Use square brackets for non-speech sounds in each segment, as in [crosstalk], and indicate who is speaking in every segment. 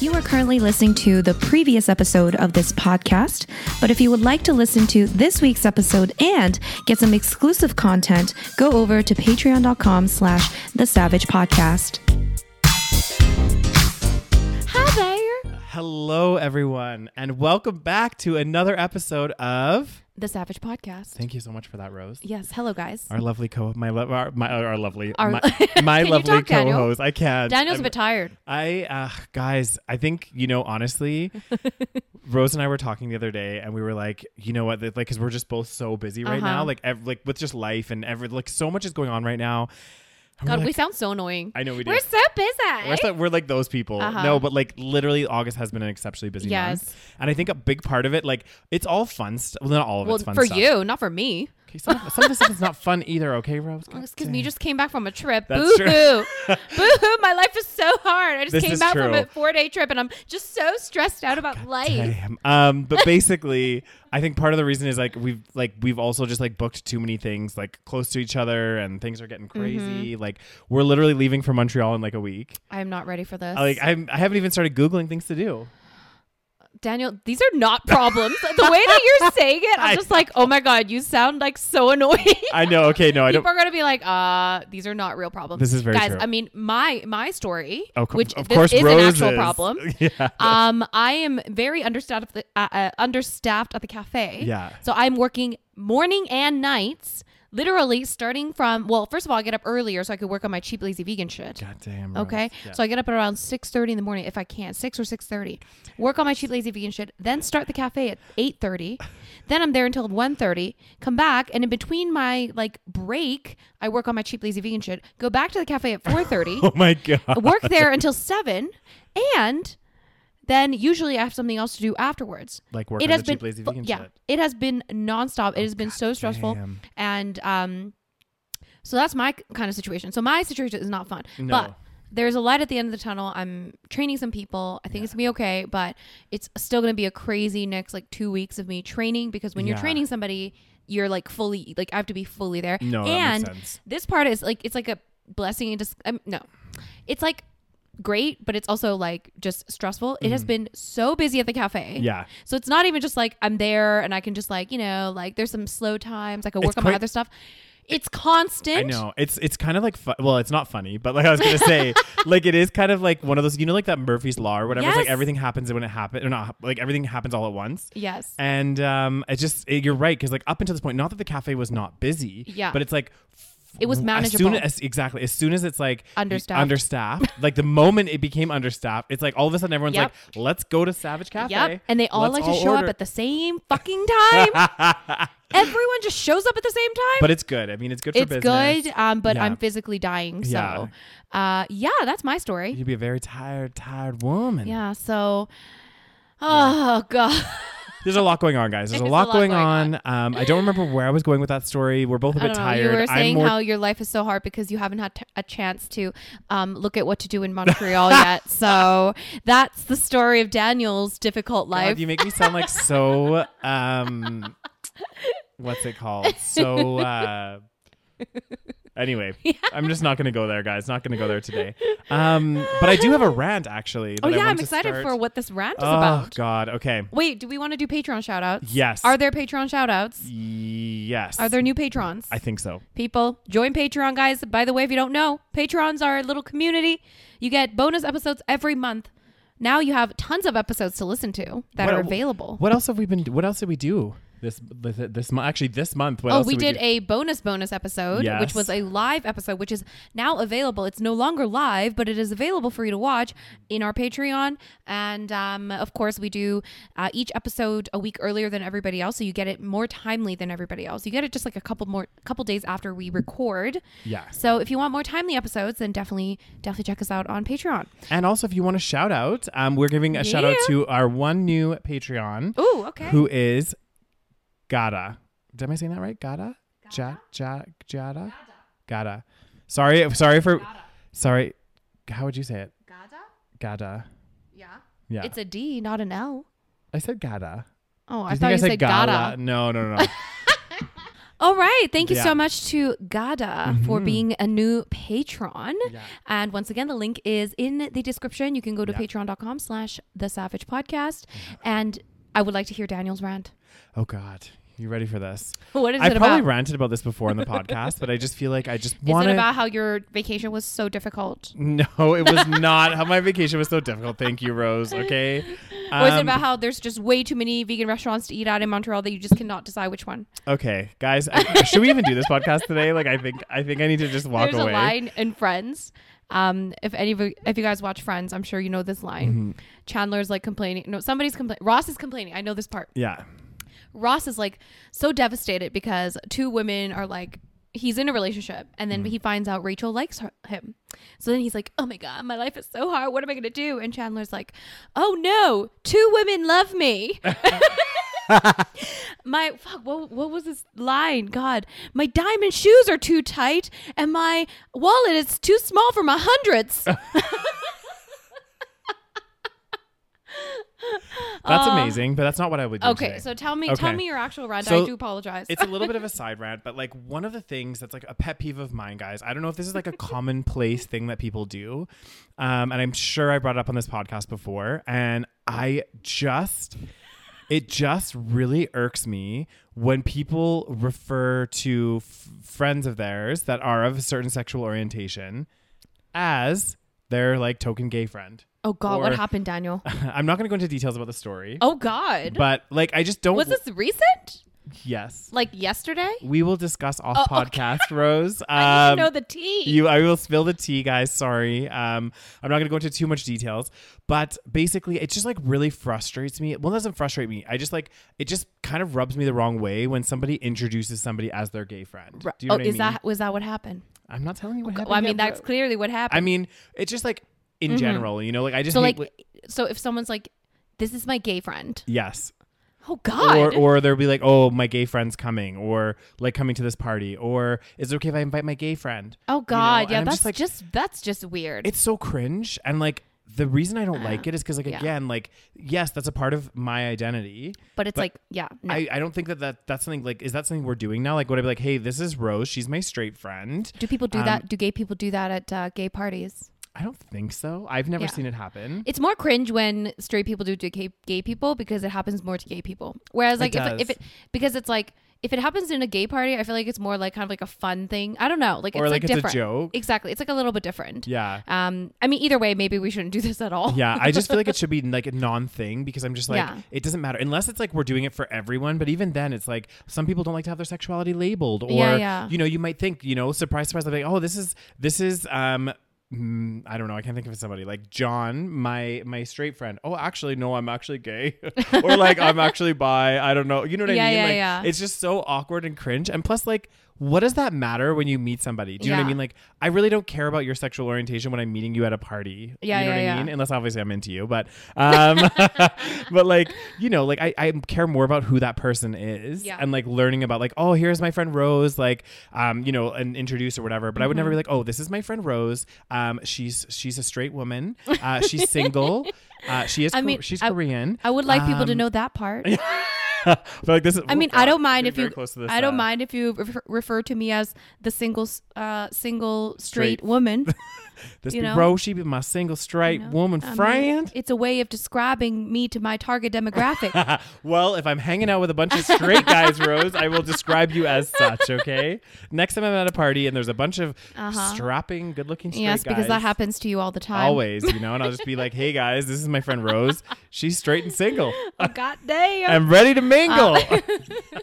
Speaker 1: You are currently listening to the previous episode of this podcast, but if you would like to listen to this week's episode and get some exclusive content, go over to patreon.com slash the savage podcast. Hi there.
Speaker 2: Hello, everyone, and welcome back to another episode of.
Speaker 1: The Savage Podcast.
Speaker 2: Thank you so much for that, Rose.
Speaker 1: Yes. Hello guys.
Speaker 2: Our lovely co, my lo- our, my our lovely,
Speaker 1: Our- [laughs]
Speaker 2: my,
Speaker 1: Can
Speaker 2: my
Speaker 1: you
Speaker 2: lovely
Speaker 1: talk, Daniel?
Speaker 2: co-host. I can't.
Speaker 1: Daniel's
Speaker 2: I'm-
Speaker 1: a bit tired.
Speaker 2: I uh, guys, I think you know
Speaker 1: [laughs]
Speaker 2: honestly, Rose and I were talking the other day, and we were like, you know what, that- like, because we're just both so busy right
Speaker 1: Uh-huh.
Speaker 2: now, like, ev- like with just life and every like so much is going on right now. And we're
Speaker 1: God, we
Speaker 2: like-
Speaker 1: sound so annoying.
Speaker 2: I know we do.
Speaker 1: We're so busy.
Speaker 2: We're, so- we're like those people.
Speaker 1: Uh-huh.
Speaker 2: No, but like literally, August has been an exceptionally busy
Speaker 1: Yes.
Speaker 2: month, and I think a big part of it, like, it's all fun stuff. Well, not all of
Speaker 1: well,
Speaker 2: it's fun
Speaker 1: for
Speaker 2: stuff.
Speaker 1: you, Oh, not for me.
Speaker 2: Okay, some, of- some of this stuff is not fun either. Okay,
Speaker 1: [laughs]
Speaker 2: Rose. God
Speaker 1: Excuse me, you
Speaker 2: damn.
Speaker 1: just came back from a trip. Boo
Speaker 2: That's true.
Speaker 1: hoo.
Speaker 2: [laughs]
Speaker 1: Boo hoo. My life is so hard. I just
Speaker 2: This
Speaker 1: came
Speaker 2: is
Speaker 1: back from
Speaker 2: true.
Speaker 1: a four day trip and I'm just so stressed out about life.
Speaker 2: Damn. Um, but
Speaker 1: [laughs]
Speaker 2: basically, I think part of the reason is like we've like we've also just like booked too many things like close to each other, and things are
Speaker 1: Mm-hmm.
Speaker 2: getting crazy. Like we're literally leaving for Montreal in like a week.
Speaker 1: I'm not ready for this.
Speaker 2: I, Like I'm, I haven't even started googling things to do.
Speaker 1: Daniel, these
Speaker 2: [laughs]
Speaker 1: are not problems. the way that you're saying it,
Speaker 2: I
Speaker 1: I'm just like, oh my God, you sound like so annoying.
Speaker 2: I know. Okay, no, [laughs] I don't.
Speaker 1: People are gonna be like, uh, these are not real problems.
Speaker 2: This is very
Speaker 1: guys.
Speaker 2: true.
Speaker 1: I mean, my my story,
Speaker 2: Oh, co-
Speaker 1: which
Speaker 2: of
Speaker 1: this
Speaker 2: course,
Speaker 1: is
Speaker 2: Rose
Speaker 1: an actual
Speaker 2: is.
Speaker 1: problem.
Speaker 2: [laughs] Yeah.
Speaker 1: um, I am very understaffed. At the, uh, uh, understaffed at the cafe.
Speaker 2: Yeah.
Speaker 1: So I'm working morning and nights, literally starting from. Well, first of all, I get up earlier so I could work on my cheap lazy vegan shit.
Speaker 2: God damn. Rose.
Speaker 1: Okay,
Speaker 2: Yeah.
Speaker 1: so I get up at around six thirty in the morning if I can, six or six thirty. Work on my cheap lazy vegan shit, then start the cafe at eight
Speaker 2: [laughs]
Speaker 1: thirty. Then I'm there until one thirty. Come back, and in between my like break, I work on my cheap lazy vegan shit. Go back to the cafe at four thirty.
Speaker 2: [laughs] [laughs] oh my god.
Speaker 1: [laughs] work there until seven, and then usually I have something else to do afterwards.
Speaker 2: Like work
Speaker 1: it
Speaker 2: on
Speaker 1: has
Speaker 2: the cheap
Speaker 1: been
Speaker 2: lazy
Speaker 1: fu-
Speaker 2: vegan
Speaker 1: yeah,
Speaker 2: shit. Oh,
Speaker 1: it has been nonstop. It has been so stressful,
Speaker 2: damn.
Speaker 1: and um, so that's my k- kind of situation. So my situation is not fun,
Speaker 2: No.
Speaker 1: but there's a light at the end of the tunnel. I'm training some people. I think it's gonna be okay, but it's still gonna be a crazy next like two weeks of me training because when
Speaker 2: Yeah.
Speaker 1: you're training somebody, you're like fully like I have to be fully there.
Speaker 2: No, that
Speaker 1: and
Speaker 2: makes sense.
Speaker 1: this part is like it's like a blessing and just um, no, it's like great, but it's also like just stressful. It has been so busy at the cafe.
Speaker 2: Mm-hmm. Yeah.
Speaker 1: So it's not even just like I'm there and I can just like you know like there's some slow times I can work on
Speaker 2: quite-
Speaker 1: my other stuff. It's constant.
Speaker 2: I know it's it's kind of like fu- well, it's not funny, but like I was gonna say,
Speaker 1: [laughs]
Speaker 2: like it is kind of like one of those you know like that Murphy's Law or whatever. It's like
Speaker 1: Yes.
Speaker 2: everything happens when it happens, or not like everything happens all at once.
Speaker 1: Yes.
Speaker 2: And um, it just it, you're right because like up until this point, not that the cafe was not busy,
Speaker 1: Yeah.
Speaker 2: but it's like. f-
Speaker 1: It was
Speaker 2: As soon
Speaker 1: manageable.
Speaker 2: as, exactly. As soon as it's like
Speaker 1: Understaffed.
Speaker 2: understaffed, like the moment it became understaffed, it's like all of a sudden everyone's
Speaker 1: Yep.
Speaker 2: like, "Let's go to Savage Cafe."
Speaker 1: Yep. And they all
Speaker 2: Let's
Speaker 1: like to show
Speaker 2: order."
Speaker 1: up at the same fucking time.
Speaker 2: [laughs]
Speaker 1: Everyone just shows up at the same time.
Speaker 2: But it's good. I mean, it's good for
Speaker 1: it's
Speaker 2: business.
Speaker 1: good, um, but
Speaker 2: Yeah.
Speaker 1: I'm physically dying. So, uh, yeah, that's my story.
Speaker 2: You'd be a very tired, tired woman.
Speaker 1: Yeah. So, oh, God.
Speaker 2: There's a lot going on, guys. There's a lot, going, on. Um, I don't remember where I was going with that story. We're both a
Speaker 1: I
Speaker 2: bit
Speaker 1: don't know.
Speaker 2: tired.
Speaker 1: You were
Speaker 2: I'm
Speaker 1: saying
Speaker 2: more.
Speaker 1: how your life is so hard because you haven't had t- a chance to um, look at what to
Speaker 2: [laughs]
Speaker 1: do in Montreal yet. So, that's the story of Daniel's difficult life.
Speaker 2: God, you make me sound
Speaker 1: [laughs]
Speaker 2: like so. Um, what's it called? So. Uh, anyway,
Speaker 1: [laughs]
Speaker 2: I'm just not going to go there, guys. Not going to go there today. Um, but I do have a rant actually.
Speaker 1: oh,
Speaker 2: that I
Speaker 1: yeah.
Speaker 2: want
Speaker 1: I'm
Speaker 2: to
Speaker 1: excited
Speaker 2: start.
Speaker 1: for what this rant is
Speaker 2: Oh
Speaker 1: about.
Speaker 2: God. Okay.
Speaker 1: Wait, do we want to do Patreon shout outs?
Speaker 2: Yes.
Speaker 1: Are there Patreon shout outs?
Speaker 2: Yes.
Speaker 1: Are there new patrons?
Speaker 2: I think so.
Speaker 1: People, join Patreon, guys. By the way, if you don't know, Patrons are a little community. You get bonus episodes every month. Now you have tons of episodes to listen to that
Speaker 2: What-
Speaker 1: are available.
Speaker 2: What else have we been? What else did we do this this, this month? Actually, this month. What
Speaker 1: Oh,
Speaker 2: else
Speaker 1: we did
Speaker 2: do?
Speaker 1: a bonus bonus episode,
Speaker 2: Yes.
Speaker 1: which was a live episode, which is now available. It's no longer live, but it is available for you to watch in our Patreon. And um, of course, we do uh, each episode a week earlier than everybody else, so you get it more timely than everybody else. You get it just like a couple more, couple days after we record.
Speaker 2: Yeah.
Speaker 1: So if you want more timely episodes, then definitely, definitely check us out on Patreon.
Speaker 2: And also, if you want a shout out, um, we're giving a shout out
Speaker 1: Yeah.
Speaker 2: to our one new Patreon,
Speaker 1: Ooh, okay.
Speaker 2: who is Gada. Am I saying that right? Gada? Ja, ja, Jada? Gada. Sorry, sorry for, sorry. How would you say it?
Speaker 1: Gada?
Speaker 2: Gada.
Speaker 1: Yeah.
Speaker 2: Yeah.
Speaker 1: It's a D, not an L.
Speaker 2: I said gada.
Speaker 1: Oh,
Speaker 2: Do
Speaker 1: I thought you said Gada.
Speaker 2: No, no,
Speaker 1: [laughs]
Speaker 2: no, no.
Speaker 1: All right. Thank you
Speaker 2: Yeah. Mm-hmm.
Speaker 1: so much to Gada for being a new patron.
Speaker 2: Yeah.
Speaker 1: And once again, the link is in the description. You can go to
Speaker 2: Yeah.
Speaker 1: patreon.com slash the savage podcast. And I would like to hear Daniel's rant.
Speaker 2: oh God. You ready for this?
Speaker 1: What is
Speaker 2: I
Speaker 1: it
Speaker 2: probably
Speaker 1: about?
Speaker 2: ranted about this before
Speaker 1: [laughs]
Speaker 2: in the podcast, but I just feel like I just
Speaker 1: Is
Speaker 2: want
Speaker 1: it
Speaker 2: to.
Speaker 1: about how your vacation was so difficult?
Speaker 2: [laughs] no, it was not. How my vacation was so difficult. Thank you, Rose. Okay.
Speaker 1: [laughs] or is it
Speaker 2: Um,
Speaker 1: about how there's just way too many vegan restaurants to eat at in Montreal that you just cannot decide which one?
Speaker 2: Okay, guys, I, should we even do this podcast today? Like, I think I think I need to just walk
Speaker 1: There's
Speaker 2: away.
Speaker 1: a line in Friends. Um, if any of you, if you guys watch Friends, I'm sure you know this line.
Speaker 2: Mm-hmm.
Speaker 1: Chandler's like complaining. No, somebody's complaining. Ross is complaining. I know this part.
Speaker 2: Yeah.
Speaker 1: Ross is like so devastated because two women are like he's in a relationship and
Speaker 2: Mm-hmm.
Speaker 1: then he finds out Rachel likes her, him. So then he's like, "Oh my god, my life is so hard. What am I going to do?" And Chandler's like, "Oh no, two women
Speaker 2: [laughs]
Speaker 1: love me." my fuck, what, what was this line? God, my diamond shoes are too tight and my wallet is too small for my
Speaker 2: [laughs]
Speaker 1: hundreds.
Speaker 2: That's
Speaker 1: Uh,
Speaker 2: amazing, but that's not what I would do.
Speaker 1: Okay,
Speaker 2: today.
Speaker 1: so tell me tell
Speaker 2: Okay.
Speaker 1: me your actual rant. I
Speaker 2: So
Speaker 1: do apologize.
Speaker 2: it's a little bit of a side rant, but like one of the things that's like a pet peeve of mine, guys. I don't know if this is like a commonplace thing that people do, um, and I'm sure I brought it up on this podcast before, and I just. It just really irks me when people refer to f- friends of theirs that are of a certain sexual orientation as their like token gay friend. [laughs]
Speaker 1: oh god, what
Speaker 2: or-
Speaker 1: happened, Daniel?
Speaker 2: I'm not going to go into details about the story,
Speaker 1: Oh God.
Speaker 2: but like I just don't.
Speaker 1: was this recent?
Speaker 2: Yes,
Speaker 1: Like yesterday?
Speaker 2: we will discuss off
Speaker 1: Oh, okay.
Speaker 2: podcast, Rose. Um,
Speaker 1: [laughs] I need to know the tea.
Speaker 2: you, I will spill the tea, guys. Sorry, um, I'm not going to go into too much details, but basically, it just like really frustrates me. Well, it doesn't frustrate me. I just like it just kind of rubs me the wrong way when somebody introduces somebody as their gay friend. Do you know
Speaker 1: oh,
Speaker 2: what I
Speaker 1: is
Speaker 2: mean?
Speaker 1: that was that what happened?
Speaker 2: I'm not telling you what happened.
Speaker 1: Well, I mean,
Speaker 2: yet,
Speaker 1: that's
Speaker 2: but-
Speaker 1: clearly what happened.
Speaker 2: I mean, it's just like in general, you know, like I just
Speaker 1: so
Speaker 2: hate
Speaker 1: like,
Speaker 2: wi-
Speaker 1: so if someone's like, "This is my gay friend,"
Speaker 2: yes,
Speaker 1: oh
Speaker 2: Or
Speaker 1: God,
Speaker 2: or they'll be like, oh, my gay friend's coming, or like coming to this party, or is it okay if I invite my gay friend?
Speaker 1: oh God,
Speaker 2: and
Speaker 1: yeah,
Speaker 2: I'm
Speaker 1: that's
Speaker 2: just
Speaker 1: just,
Speaker 2: like-
Speaker 1: that's just weird.
Speaker 2: It's so cringe, and like the reason I don't like it is because like
Speaker 1: Uh-huh. yeah.
Speaker 2: again, like yes, that's a part of my identity.
Speaker 1: but it's
Speaker 2: but
Speaker 1: like, yeah, no.
Speaker 2: I I don't think that, that that's something like is that something we're doing now? Like would I be like, hey, this is Rose, she's my straight friend?
Speaker 1: do people
Speaker 2: um,
Speaker 1: do that? Do gay people do that at uh, gay parties?
Speaker 2: I don't think so. I've never
Speaker 1: Yeah.
Speaker 2: seen it happen.
Speaker 1: It's more cringe when straight people do it to gay, gay people because it happens more to gay people. Whereas like if,
Speaker 2: does.
Speaker 1: if it because it's like if it happens in a gay party, I feel like it's more like kind of like a fun thing. I don't know, like
Speaker 2: Or
Speaker 1: it's
Speaker 2: like
Speaker 1: like,
Speaker 2: it's a
Speaker 1: different.
Speaker 2: joke.
Speaker 1: Exactly, it's like a little bit different.
Speaker 2: yeah.
Speaker 1: Um, I mean, either way, maybe we shouldn't do this at all. [laughs]
Speaker 2: Yeah, I just feel like it should be like a non thing because I'm just like,
Speaker 1: Yeah.
Speaker 2: it doesn't matter unless it's like we're doing it for everyone. But even then, it's like some people don't like to have their sexuality labeled, or
Speaker 1: Yeah, yeah.
Speaker 2: you know, you might think, you know, surprise, surprise, like, oh, this is this is um. mm, I don't know. I can't think of somebody like John, my my straight friend. Oh, actually, no, I'm actually gay, [laughs] or like I'm actually bi. I don't know. You know what
Speaker 1: Yeah,
Speaker 2: I mean?
Speaker 1: yeah,
Speaker 2: like,
Speaker 1: yeah.
Speaker 2: It's just so awkward and cringe. And plus, like, what does that matter when you meet somebody? Do you know what
Speaker 1: Yeah.
Speaker 2: I mean? Like, I really don't care about your sexual orientation when I'm meeting you at a party.
Speaker 1: Yeah,
Speaker 2: you know
Speaker 1: yeah,
Speaker 2: what I
Speaker 1: yeah.
Speaker 2: mean? unless obviously I'm into you, but um, [laughs] but like you know, like I, I care more about who that person is,
Speaker 1: Yeah.
Speaker 2: and like learning about like oh here's my friend Rose, like um you know and introduce or whatever. But I would never
Speaker 1: Mm-hmm.
Speaker 2: be like oh this is my friend Rose, um she's she's a straight woman, uh, she's
Speaker 1: [laughs]
Speaker 2: single, uh, she is
Speaker 1: I
Speaker 2: Kor-
Speaker 1: mean,
Speaker 2: she's
Speaker 1: I-
Speaker 2: Korean.
Speaker 1: I would like people to
Speaker 2: Um,
Speaker 1: know
Speaker 2: [laughs]
Speaker 1: that part.
Speaker 2: but like this, is,
Speaker 1: I mean,
Speaker 2: oh,
Speaker 1: I don't
Speaker 2: God,
Speaker 1: mind
Speaker 2: getting
Speaker 1: if you.
Speaker 2: very close to this,
Speaker 1: I don't
Speaker 2: uh,
Speaker 1: mind if you refer, refer to me as the single, s- uh, single straight,
Speaker 2: Straight. [laughs]
Speaker 1: woman.
Speaker 2: This
Speaker 1: you
Speaker 2: be
Speaker 1: know?
Speaker 2: Rose, she be my single straight
Speaker 1: know?
Speaker 2: woman
Speaker 1: I mean,
Speaker 2: friend.
Speaker 1: Um, It's a way of describing me to my
Speaker 2: [laughs]
Speaker 1: target demographic.
Speaker 2: well, if I'm hanging out with a bunch of straight guys, Rose, I will describe you as such, okay? Next time I'm at a party and there's a bunch of
Speaker 1: Uh-huh.
Speaker 2: strapping, good looking straight
Speaker 1: yes, because
Speaker 2: guys,
Speaker 1: that happens to you all the time.
Speaker 2: Always, you know, and I'll just be like, hey guys, this is my friend Rose. She's straight and single.
Speaker 1: [laughs] Oh, God damn.
Speaker 2: I'm ready to
Speaker 1: [laughs]
Speaker 2: mingle. [laughs]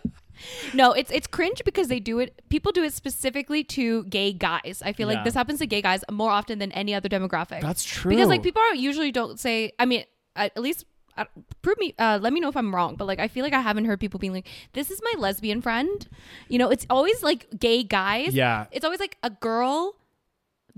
Speaker 1: No, it's it's cringe because they do it. People do it specifically to gay guys. I feel
Speaker 2: Yeah.
Speaker 1: like this happens to gay guys more often than any other demographic.
Speaker 2: That's
Speaker 1: Because like
Speaker 2: true.
Speaker 1: people are usually don't say. I mean, at at least uh, prove me. Uh, let me know if I'm wrong. But like, I feel like I haven't heard people being like, "This is my lesbian friend." You know, it's always like gay guys.
Speaker 2: yeah.
Speaker 1: It's always like a girl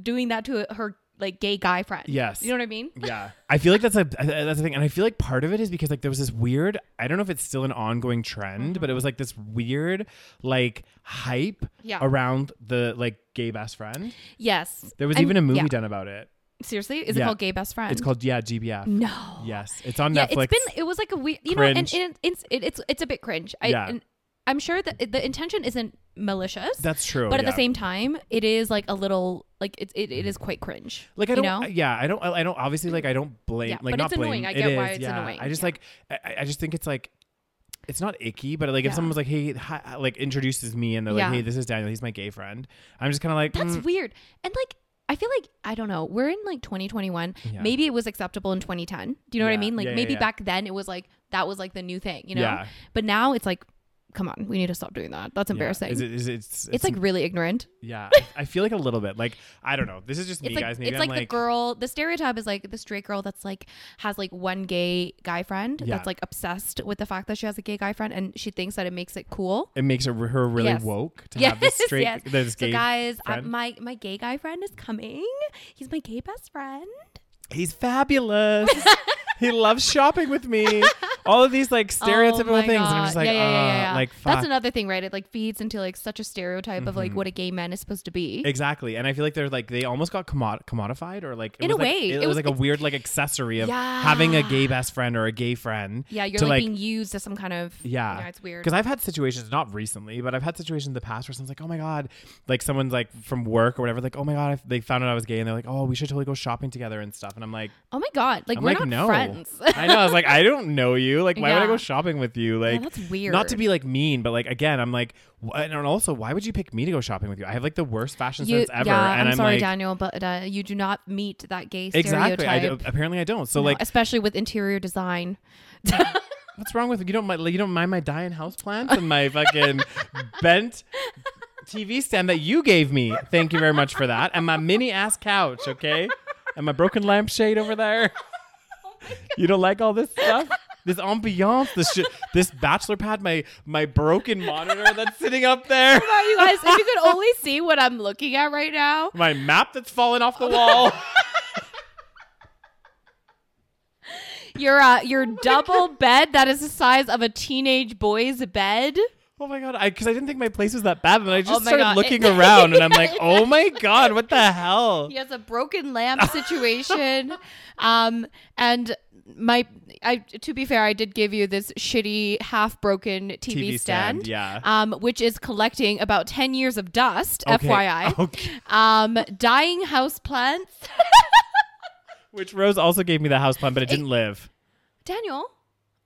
Speaker 1: doing that to her like gay guy friend.
Speaker 2: Yes. Mm.
Speaker 1: You know what I mean?
Speaker 2: Yeah, I feel like that's a that's a thing, and I feel like part of it is because like there was this weird. I don't know if it's still an ongoing trend,
Speaker 1: Mm-hmm.
Speaker 2: but it was like this weird like hype
Speaker 1: Yeah.
Speaker 2: around the like gay best friend.
Speaker 1: Yes.
Speaker 2: There was
Speaker 1: And-
Speaker 2: even a movie
Speaker 1: yeah.
Speaker 2: done about it.
Speaker 1: Seriously, is it
Speaker 2: Yeah.
Speaker 1: called Gay Best Friend?
Speaker 2: It's called yeah GBF.
Speaker 1: no.
Speaker 2: Yes, it's on
Speaker 1: yeah,
Speaker 2: Netflix.
Speaker 1: it's been it was like a weird, you know, and,
Speaker 2: Cringe.
Speaker 1: and it's it, it's it's a bit cringe. I,
Speaker 2: Yeah.
Speaker 1: and I'm sure that it- the intention isn't malicious,
Speaker 2: That's true.
Speaker 1: but at
Speaker 2: yeah.
Speaker 1: the same time, it is like a little like it it, it is quite cringe.
Speaker 2: like I
Speaker 1: you
Speaker 2: don't,
Speaker 1: know?
Speaker 2: yeah, I don't, I don't. Obviously, like I don't blame,
Speaker 1: Yeah,
Speaker 2: like
Speaker 1: but
Speaker 2: not
Speaker 1: it's
Speaker 2: blame.
Speaker 1: annoying. I
Speaker 2: It
Speaker 1: get why
Speaker 2: is,
Speaker 1: it's
Speaker 2: yeah.
Speaker 1: annoying.
Speaker 2: I just
Speaker 1: Yeah.
Speaker 2: like, I- I, I just think it's like, it's not icky, but like if
Speaker 1: Yeah.
Speaker 2: someone's like, hey, hi, like introduces me and they're
Speaker 1: Yeah.
Speaker 2: like, hey, this is Daniel, he's my gay friend. I'm just kind of like,
Speaker 1: That's
Speaker 2: mm,
Speaker 1: weird. And like I feel like I don't know. We're in like 2021.
Speaker 2: Yeah.
Speaker 1: Maybe it was acceptable in 2010. Do you know what I
Speaker 2: Yeah.
Speaker 1: mean? Like
Speaker 2: Yeah, yeah,
Speaker 1: maybe
Speaker 2: yeah.
Speaker 1: back then it was like that was like the new thing, you know?
Speaker 2: Yeah.
Speaker 1: But now it's like come on, we need to stop doing that. That's
Speaker 2: yeah.
Speaker 1: embarrassing.
Speaker 2: Is
Speaker 1: it's,
Speaker 2: it, is it, it's, it's
Speaker 1: like really ignorant.
Speaker 2: [laughs] yeah. I, I feel like a little bit. Like I don't know. This is just me,
Speaker 1: it's like
Speaker 2: guys. Maybe
Speaker 1: it's
Speaker 2: I'm
Speaker 1: like, the girl. The stereotype is like the straight girl that's like has like one gay guy friend
Speaker 2: Yeah.
Speaker 1: that's like obsessed with the fact that she has a gay guy friend and she thinks that it makes it cool.
Speaker 2: It makes her, her really
Speaker 1: Yes.
Speaker 2: woke
Speaker 1: [laughs]
Speaker 2: to have this
Speaker 1: Yes,
Speaker 2: straight,
Speaker 1: yes.
Speaker 2: this
Speaker 1: So
Speaker 2: gay.
Speaker 1: guys, uh,
Speaker 2: friend?
Speaker 1: my my gay guy friend is coming. He's my gay best friend.
Speaker 2: he's fabulous. he loves shopping with me. All of these like stereotypical
Speaker 1: Oh my
Speaker 2: things. And I'm
Speaker 1: God.
Speaker 2: just like, uh, like fuck. Mm-hmm.
Speaker 1: that's another thing, right? It like feeds into like such a stereotype of like what a gay man is supposed to be.
Speaker 2: Exactly, and I feel like they're like they almost got commod- commodified, or like it
Speaker 1: In
Speaker 2: was
Speaker 1: a
Speaker 2: like,
Speaker 1: way,
Speaker 2: it,
Speaker 1: it
Speaker 2: was,
Speaker 1: was-
Speaker 2: like a weird like accessory of
Speaker 1: Yeah.
Speaker 2: having a gay best friend or a gay friend.
Speaker 1: yeah, you're
Speaker 2: to,
Speaker 1: like,
Speaker 2: like-
Speaker 1: being used as some kind of
Speaker 2: Yeah,
Speaker 1: yeah, it's weird.
Speaker 2: Because I've had situations, not recently, but I've had situations in the past where someone's like, "Oh my god," like someone's like from work or whatever, like, "Oh my god," I f- they found out I was gay, and they're like, "Oh, we should totally go shopping together and stuff," and I'm like,
Speaker 1: Oh my god, like
Speaker 2: "I'm
Speaker 1: we're
Speaker 2: like
Speaker 1: not
Speaker 2: no,
Speaker 1: friends.
Speaker 2: [laughs] I know." I was like, "I don't know you. Like, why would I
Speaker 1: Yeah. Oh,
Speaker 2: go shopping with you? Like,
Speaker 1: that's weird.
Speaker 2: Not to be like mean, but like again, I'm like, wh- and also, why would you pick me to go shopping with you? I have like the worst fashion
Speaker 1: You-
Speaker 2: sense ever,
Speaker 1: yeah,
Speaker 2: and
Speaker 1: I'm, sorry,
Speaker 2: like,
Speaker 1: Daniel, but uh, you do not meet that gay
Speaker 2: exactly. I
Speaker 1: stereotype.
Speaker 2: d- apparently, I don't. So
Speaker 1: No,
Speaker 2: like,
Speaker 1: especially with interior design.
Speaker 2: what's wrong with you? Don't mi- like, you don't mind my dying house plants and my
Speaker 1: [laughs]
Speaker 2: fucking bent TV stand that you gave me? Thank you very much for that, and my mini ass couch, okay, and my broken lampshade over
Speaker 1: [laughs]
Speaker 2: there. You don't like all this stuff. This ambiance, this shit, this bachelor pad, my my broken monitor that's sitting up there.
Speaker 1: you guys, if you could only [laughs] see what I'm looking at right now.
Speaker 2: my map that's fallen off the
Speaker 1: [laughs]
Speaker 2: wall.
Speaker 1: Your uh, [laughs] your double bed that is the size of a teenage boy's bed.
Speaker 2: oh my god! Because I, didn't think my place was that bad, but I just
Speaker 1: Oh my
Speaker 2: started
Speaker 1: God.
Speaker 2: looking
Speaker 1: It-
Speaker 2: around, and I'm
Speaker 1: [laughs]
Speaker 2: like, oh my god, what the hell?
Speaker 1: He has a broken lamp
Speaker 2: [laughs]
Speaker 1: situation. um, and my, I to be fair, I did give you this shitty half broken TV,
Speaker 2: TV
Speaker 1: stand.
Speaker 2: stand, yeah.
Speaker 1: Um, which is collecting about ten years of dust.
Speaker 2: Okay, [laughs]
Speaker 1: FYI.
Speaker 2: okay.
Speaker 1: Um, dying house plants.
Speaker 2: Which Rose also gave me the house plan, but it didn't live.
Speaker 1: Daniel,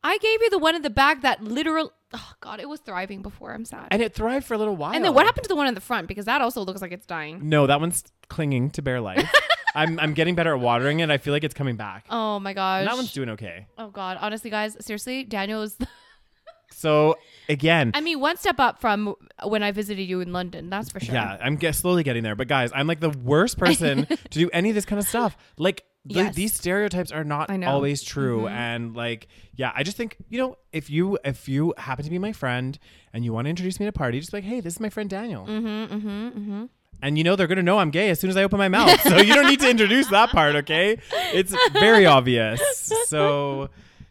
Speaker 1: I gave you the one in the back that literal. Oh God, it was thriving before. I'm sad.
Speaker 2: And it thrived for a little while.
Speaker 1: and then what happened to the one in the front? Because that also looks like it's dying.
Speaker 2: No, that one's clinging to bare [laughs] life. I'm I'm getting better at watering it. I feel like it's coming back.
Speaker 1: Oh my gosh.
Speaker 2: And that one's doing okay.
Speaker 1: oh God. Honestly, guys, seriously, Daniel is.
Speaker 2: So again,
Speaker 1: I mean, one step up from when I visited you in London. That's for sure.
Speaker 2: Yeah, I'm get, slowly getting there. But guys, I'm like the worst person
Speaker 1: [laughs]
Speaker 2: to do any of this kind of stuff. Like the,
Speaker 1: Yes.
Speaker 2: these stereotypes are not
Speaker 1: I know. Mm-hmm.
Speaker 2: always true. And like, yeah, I just think you know, if you if you happen to be my friend and you want to introduce me to a party, just be like, hey, this is my friend Daniel. Mm-hmm, mm-hmm, mm-hmm. And you know they're gonna know I'm gay as soon as I open my mouth. so you don't need to introduce that part, okay? It's very obvious. So.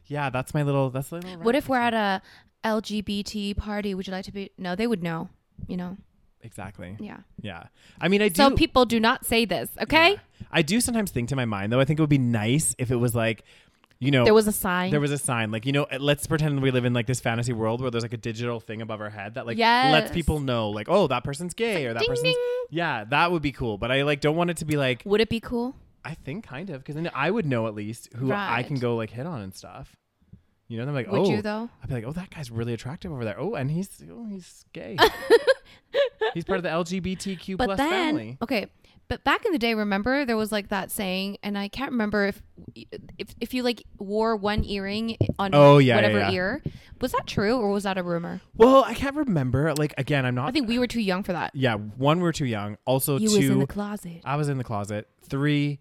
Speaker 2: Yeah, that's my little. That's my
Speaker 1: [laughs]
Speaker 2: little.
Speaker 1: What
Speaker 2: rant.
Speaker 1: if we're at a LGBT party? Would you like to be? No, they would know. You know.
Speaker 2: exactly?
Speaker 1: Yeah.
Speaker 2: Yeah, I mean, I do. Oh.
Speaker 1: So people do not say this. Okay.
Speaker 2: I do sometimes think to my mind though. I think it would be nice if it was like, you know,
Speaker 1: There was a sign.
Speaker 2: there was a sign like you know. eh, Let's pretend we live in like this fantasy world where there's like a digital thing above our head that like lets
Speaker 1: Yes.
Speaker 2: people know like, oh, that person's gay or that
Speaker 1: ding,
Speaker 2: person's
Speaker 1: ding.
Speaker 2: yeah, that would be cool. But I like don't want it to be like
Speaker 1: would it be cool?
Speaker 2: I think kind of because then I would know at least who I
Speaker 1: Right.
Speaker 2: can go like hit on and stuff. You know, they're like,
Speaker 1: Would
Speaker 2: oh,
Speaker 1: you, though?
Speaker 2: I'd be like, oh, that guy's really attractive over there. Oh, and he's oh, he's
Speaker 1: [laughs]
Speaker 2: gay. he's part of the LGBTQ
Speaker 1: But
Speaker 2: plus
Speaker 1: then,
Speaker 2: family.
Speaker 1: okay. But back in the day, remember there was like that saying, and I can't remember if if if you like wore one earring on
Speaker 2: Oh, yeah, yeah,
Speaker 1: whatever
Speaker 2: yeah.
Speaker 1: ear. Was that true or was that a rumor?
Speaker 2: Well, I can't remember. Like again, I'm not
Speaker 1: I think we were too young for that.
Speaker 2: Yeah, one, we're too young. Also,
Speaker 1: You
Speaker 2: two,
Speaker 1: was in the closet. [laughs]
Speaker 2: I was in the closet. Three,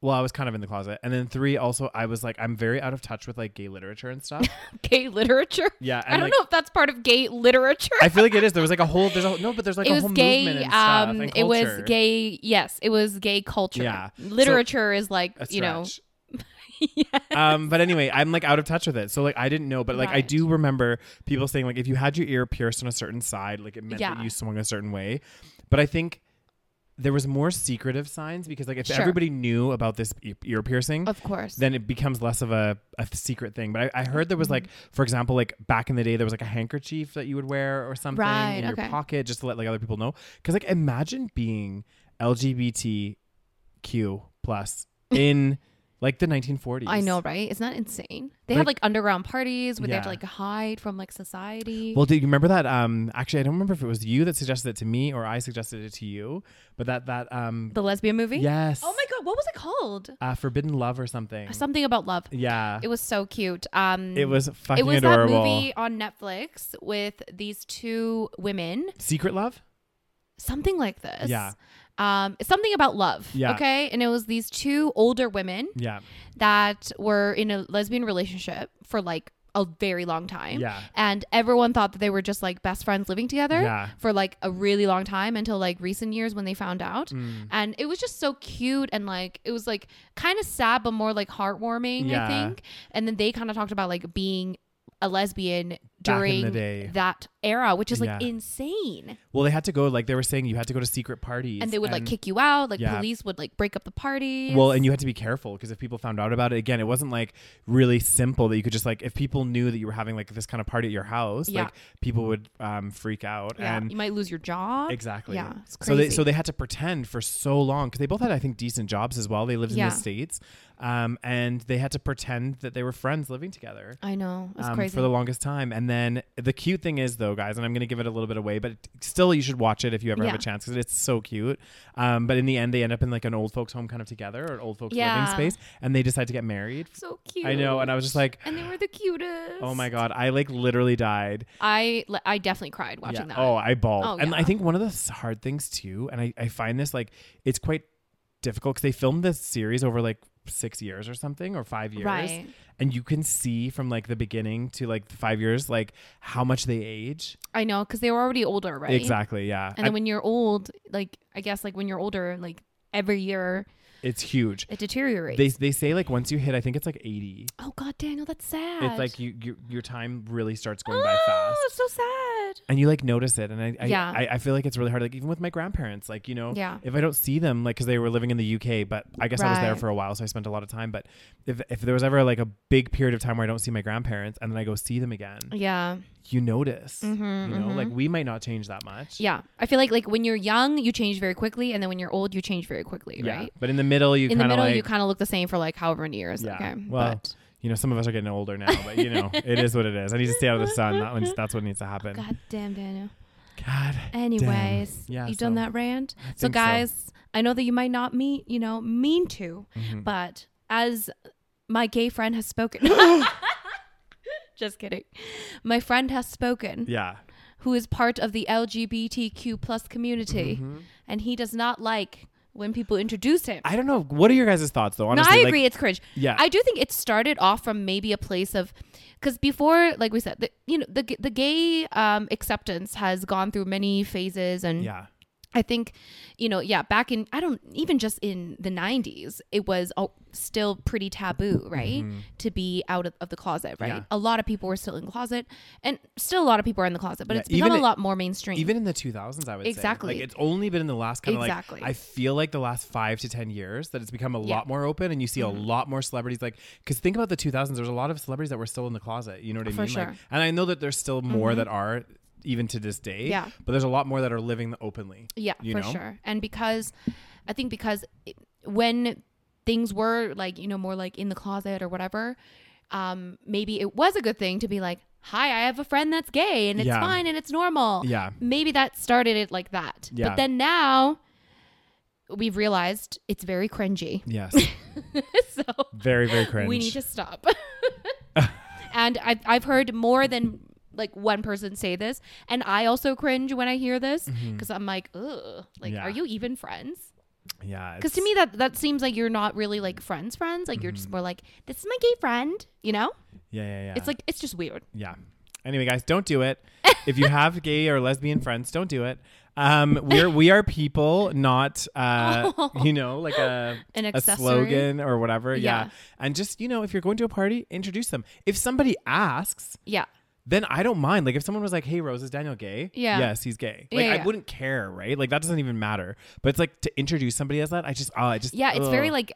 Speaker 2: well, I was kind of in the closet. And then three, also, I was like, I'm very out of touch with like gay literature and
Speaker 1: [laughs]
Speaker 2: stuff.
Speaker 1: gay literature.
Speaker 2: Yeah, and
Speaker 1: I don't
Speaker 2: like-
Speaker 1: know if that's part of gay literature.
Speaker 2: I feel like it is. There was like a whole, there's a, no, but there's like
Speaker 1: it
Speaker 2: a
Speaker 1: was
Speaker 2: whole movement
Speaker 1: gay.
Speaker 2: and stuff.
Speaker 1: Um,
Speaker 2: and
Speaker 1: it was
Speaker 2: culture.
Speaker 1: gay. Yes, it was gay culture.
Speaker 2: Yeah.
Speaker 1: literature is like
Speaker 2: A
Speaker 1: you know. [laughs]
Speaker 2: stretch. Um, but anyway, I'm like out of touch with it. So like I didn't know, but like I
Speaker 1: Right.
Speaker 2: do remember people saying like if you had your ear pierced on a certain side, like it meant
Speaker 1: Yeah.
Speaker 2: that you swung a certain way. But I think there was more secretive signs because like if
Speaker 1: Sure.
Speaker 2: everybody knew about this e- ear piercing,
Speaker 1: Of course.
Speaker 2: then it becomes less of a, a secret thing. But I, I heard there was like,
Speaker 1: Mm-hmm.
Speaker 2: for example, like back in the day, there was like a handkerchief that you would wear or something
Speaker 1: Right,
Speaker 2: in
Speaker 1: okay.
Speaker 2: your pocket just to let like other people know. Because like imagine being LGBTQ
Speaker 1: [laughs]
Speaker 2: plus in like the 1940s.
Speaker 1: I know, right? It's not insane. They have like underground parties where they have to
Speaker 2: Yeah.
Speaker 1: like hide from like society.
Speaker 2: Well, do you remember that? Um, actually, I don't remember if it was you that suggested it to me or I suggested it to you. But that that um,
Speaker 1: the lesbian movie?
Speaker 2: yes,
Speaker 1: Oh my god, what was it called?
Speaker 2: uh, forbidden love or something.
Speaker 1: Something about love.
Speaker 2: Yeah,
Speaker 1: It was so cute. Um
Speaker 2: it was fucking
Speaker 1: it was
Speaker 2: adorable.
Speaker 1: that movie on Netflix with these two women,
Speaker 2: Secret love.
Speaker 1: something like this.
Speaker 2: Yeah.
Speaker 1: Um, something about love.
Speaker 2: Yeah. Mm.
Speaker 1: Okay. And it was these two older women
Speaker 2: Yeah,
Speaker 1: that were in a lesbian relationship for like a very long time.
Speaker 2: Yeah.
Speaker 1: And everyone thought that they were just like best friends living together
Speaker 2: Yeah.
Speaker 1: for like a really long time until like recent years when they found out.
Speaker 2: Mm.
Speaker 1: And it was just so cute and like it was like kind of sad but more like heartwarming, I
Speaker 2: Yeah.
Speaker 1: think. And then they kind of talked about like being a lesbian
Speaker 2: Back in the
Speaker 1: during
Speaker 2: day.
Speaker 1: that era, which is like
Speaker 2: Yeah.
Speaker 1: insane.
Speaker 2: Well, they had to go like they were saying you had to go to secret parties,
Speaker 1: And they would like kick you out, like
Speaker 2: Yeah.
Speaker 1: police would like break up the parties.
Speaker 2: Well, and you had to be careful because if people found out about it, again, it wasn't like really simple that you could just like if people knew that you were having like this kind of party at your house,
Speaker 1: Yeah.
Speaker 2: like people would um, freak out
Speaker 1: yeah,
Speaker 2: and
Speaker 1: you might lose your job.
Speaker 2: Exactly.
Speaker 1: Yeah, it's
Speaker 2: So they
Speaker 1: crazy.
Speaker 2: so they had to pretend for so long because they both had I think decent jobs as well. They lived
Speaker 1: Yeah.
Speaker 2: in the states, um, and they had to pretend that they were friends living together.
Speaker 1: I know. It's
Speaker 2: um,
Speaker 1: crazy.
Speaker 2: for the longest time. And then the cute thing is, though, guys, and I'm going to give it a little bit away, but still, you should watch it if you ever
Speaker 1: Yeah.
Speaker 2: have a chance because it's so cute. Um, but in the end, they end up in like an old folks' home kind of together or an old folks'
Speaker 1: Yeah.
Speaker 2: living space, and they decide to get married.
Speaker 1: so cute.
Speaker 2: I know, and I was just like,
Speaker 1: And they were the cutest.
Speaker 2: oh my god, I like literally died.
Speaker 1: I li- I definitely cried watching
Speaker 2: Yeah.
Speaker 1: that.
Speaker 2: Oh, I bawled.
Speaker 1: Oh,
Speaker 2: and
Speaker 1: yeah.
Speaker 2: I think one of the s- hard things too, and I, I find this like it's quite difficult because they filmed this series over like six years or something or five years.
Speaker 1: Right.
Speaker 2: And you can see from like the beginning to like the five years, like how much they age.
Speaker 1: I know because they were already older, right?
Speaker 2: Exactly. Yeah.
Speaker 1: And
Speaker 2: I-
Speaker 1: then when you're old, like I guess like when you're older, like every year
Speaker 2: it's huge.
Speaker 1: it deteriorates.
Speaker 2: They, they say like once you hit, I think it's like 80.
Speaker 1: oh God, Daniel, that's sad.
Speaker 2: It's like you, you your time really starts going by
Speaker 1: oh,
Speaker 2: fast.
Speaker 1: it's so sad.
Speaker 2: and you like notice it and I I,
Speaker 1: Yeah.
Speaker 2: I I feel like it's really hard like even with my grandparents like you know
Speaker 1: Yeah.
Speaker 2: if I don't see them like because they were living in the UK but I guess I was there
Speaker 1: Right.
Speaker 2: for a while so I spent a lot of time but if, if there was ever like a big period of time where I don't see my grandparents and then I go see them again
Speaker 1: Yeah,
Speaker 2: you notice
Speaker 1: Mhm,
Speaker 2: you know like we might not change that much
Speaker 1: yeah. I feel like like when you're young, you change very quickly, and then when you're old, you change very quickly,
Speaker 2: Yeah.
Speaker 1: right?
Speaker 2: but in the middle you
Speaker 1: In the
Speaker 2: kind of
Speaker 1: middle, you
Speaker 2: like
Speaker 1: kind of look the same for like however many years.
Speaker 2: Yeah.
Speaker 1: Okay.
Speaker 2: Well,
Speaker 1: but
Speaker 2: you know some of us are getting older now but you
Speaker 1: [laughs]
Speaker 2: know it is what it is I need to stay out of the sun that one's, that's what needs to happen
Speaker 1: God damn, Daniel.
Speaker 2: God
Speaker 1: Anyways,
Speaker 2: Yeah,
Speaker 1: you've done
Speaker 2: so-
Speaker 1: that rant. So
Speaker 2: think so.
Speaker 1: guys, I know that you might not mean, you know, mean to,
Speaker 2: Mm-hmm.
Speaker 1: but as my gay friend has spoken. [laughs] Just kidding. My friend has spoken,
Speaker 2: yeah
Speaker 1: who is part of the LGBTQ plus community, and he does not like when people introduce him.
Speaker 2: Mm-hmm. I don't know what are your guys' thoughts though
Speaker 1: No,
Speaker 2: honestly
Speaker 1: I
Speaker 2: like,
Speaker 1: agree. it's cringe.
Speaker 2: Yeah.
Speaker 1: I do think it started off from maybe a place of, because before, like we said, the, you know, the the gay um, acceptance has gone through many phases, and
Speaker 2: yeah
Speaker 1: I think, you know, yeah, back in I don't even just in the '90s, it was all, still pretty taboo, right, to be out of, of the closet, right?
Speaker 2: Mm-hmm. Yeah.
Speaker 1: A lot of people were still in the closet, and still a lot of people are in the closet, but
Speaker 2: Yeah,
Speaker 1: it's become
Speaker 2: even
Speaker 1: a
Speaker 2: it-
Speaker 1: lot more mainstream.
Speaker 2: even in the 2000s i would
Speaker 1: Exactly.
Speaker 2: say like it's only been in the last kind of
Speaker 1: Exactly.
Speaker 2: like i feel like the last five to ten years that it's become a
Speaker 1: Yeah. Mm-hmm.
Speaker 2: lot more open and you see a lot more celebrities like because think about the 2000s there's a lot of celebrities that were still in the closet you know what i
Speaker 1: For
Speaker 2: mean
Speaker 1: sure. Mm-hmm.
Speaker 2: like and i know that there's still more that are even to this day
Speaker 1: Yeah.
Speaker 2: but there's a lot more that are living openly
Speaker 1: Yeah,
Speaker 2: you
Speaker 1: for
Speaker 2: know?
Speaker 1: sure. And because I think because it- when things were like, you know, more like in the closet or whatever, um, maybe it was a good thing to be like, hi, I have a friend that's gay and it's
Speaker 2: Yeah.
Speaker 1: fine and it's normal.
Speaker 2: Yeah.
Speaker 1: Maybe that started it like that.
Speaker 2: Yeah.
Speaker 1: But then now we've realized it's very cringy. [laughs]
Speaker 2: yes
Speaker 1: so
Speaker 2: very very cringe
Speaker 1: [laughs] we need to stop. [laughs] and I've, I've heard more than like one person say this. And I also cringe when I hear this because I'm like, ugh, like,
Speaker 2: Mm-hmm. Yeah.
Speaker 1: are you even friends?
Speaker 2: yeah
Speaker 1: Because
Speaker 2: it's-
Speaker 1: to
Speaker 2: Mm-hmm.
Speaker 1: me, that, that seems like you're not really like friends, friends. Like, you're just more like, this is my gay friend, you know?
Speaker 2: yeah yeah yeah
Speaker 1: It's like, it's just weird.
Speaker 2: Yeah. Anyway, guys, don't do
Speaker 1: [laughs]
Speaker 2: it. if you have gay or lesbian friends, don't do it. Um, we're we are people, not uh,
Speaker 1: [laughs]
Speaker 2: you know, like a
Speaker 1: Oh. An
Speaker 2: a
Speaker 1: accessory.
Speaker 2: slogan or whatever. Yeah.
Speaker 1: Yeah.
Speaker 2: and just you know, if you're going to a party, introduce them. If somebody asks,
Speaker 1: Yeah.
Speaker 2: then I don't mind. Like if someone was like, "Hey, Rose, is Daniel gay?"
Speaker 1: Yeah.
Speaker 2: Yes, he's gay. Like
Speaker 1: Yeah,
Speaker 2: I
Speaker 1: yeah.
Speaker 2: wouldn't care, right? Like that doesn't even matter. But it's like to introduce somebody as that, I just, oh, I just,
Speaker 1: Yeah, it's very
Speaker 2: ugh.
Speaker 1: like,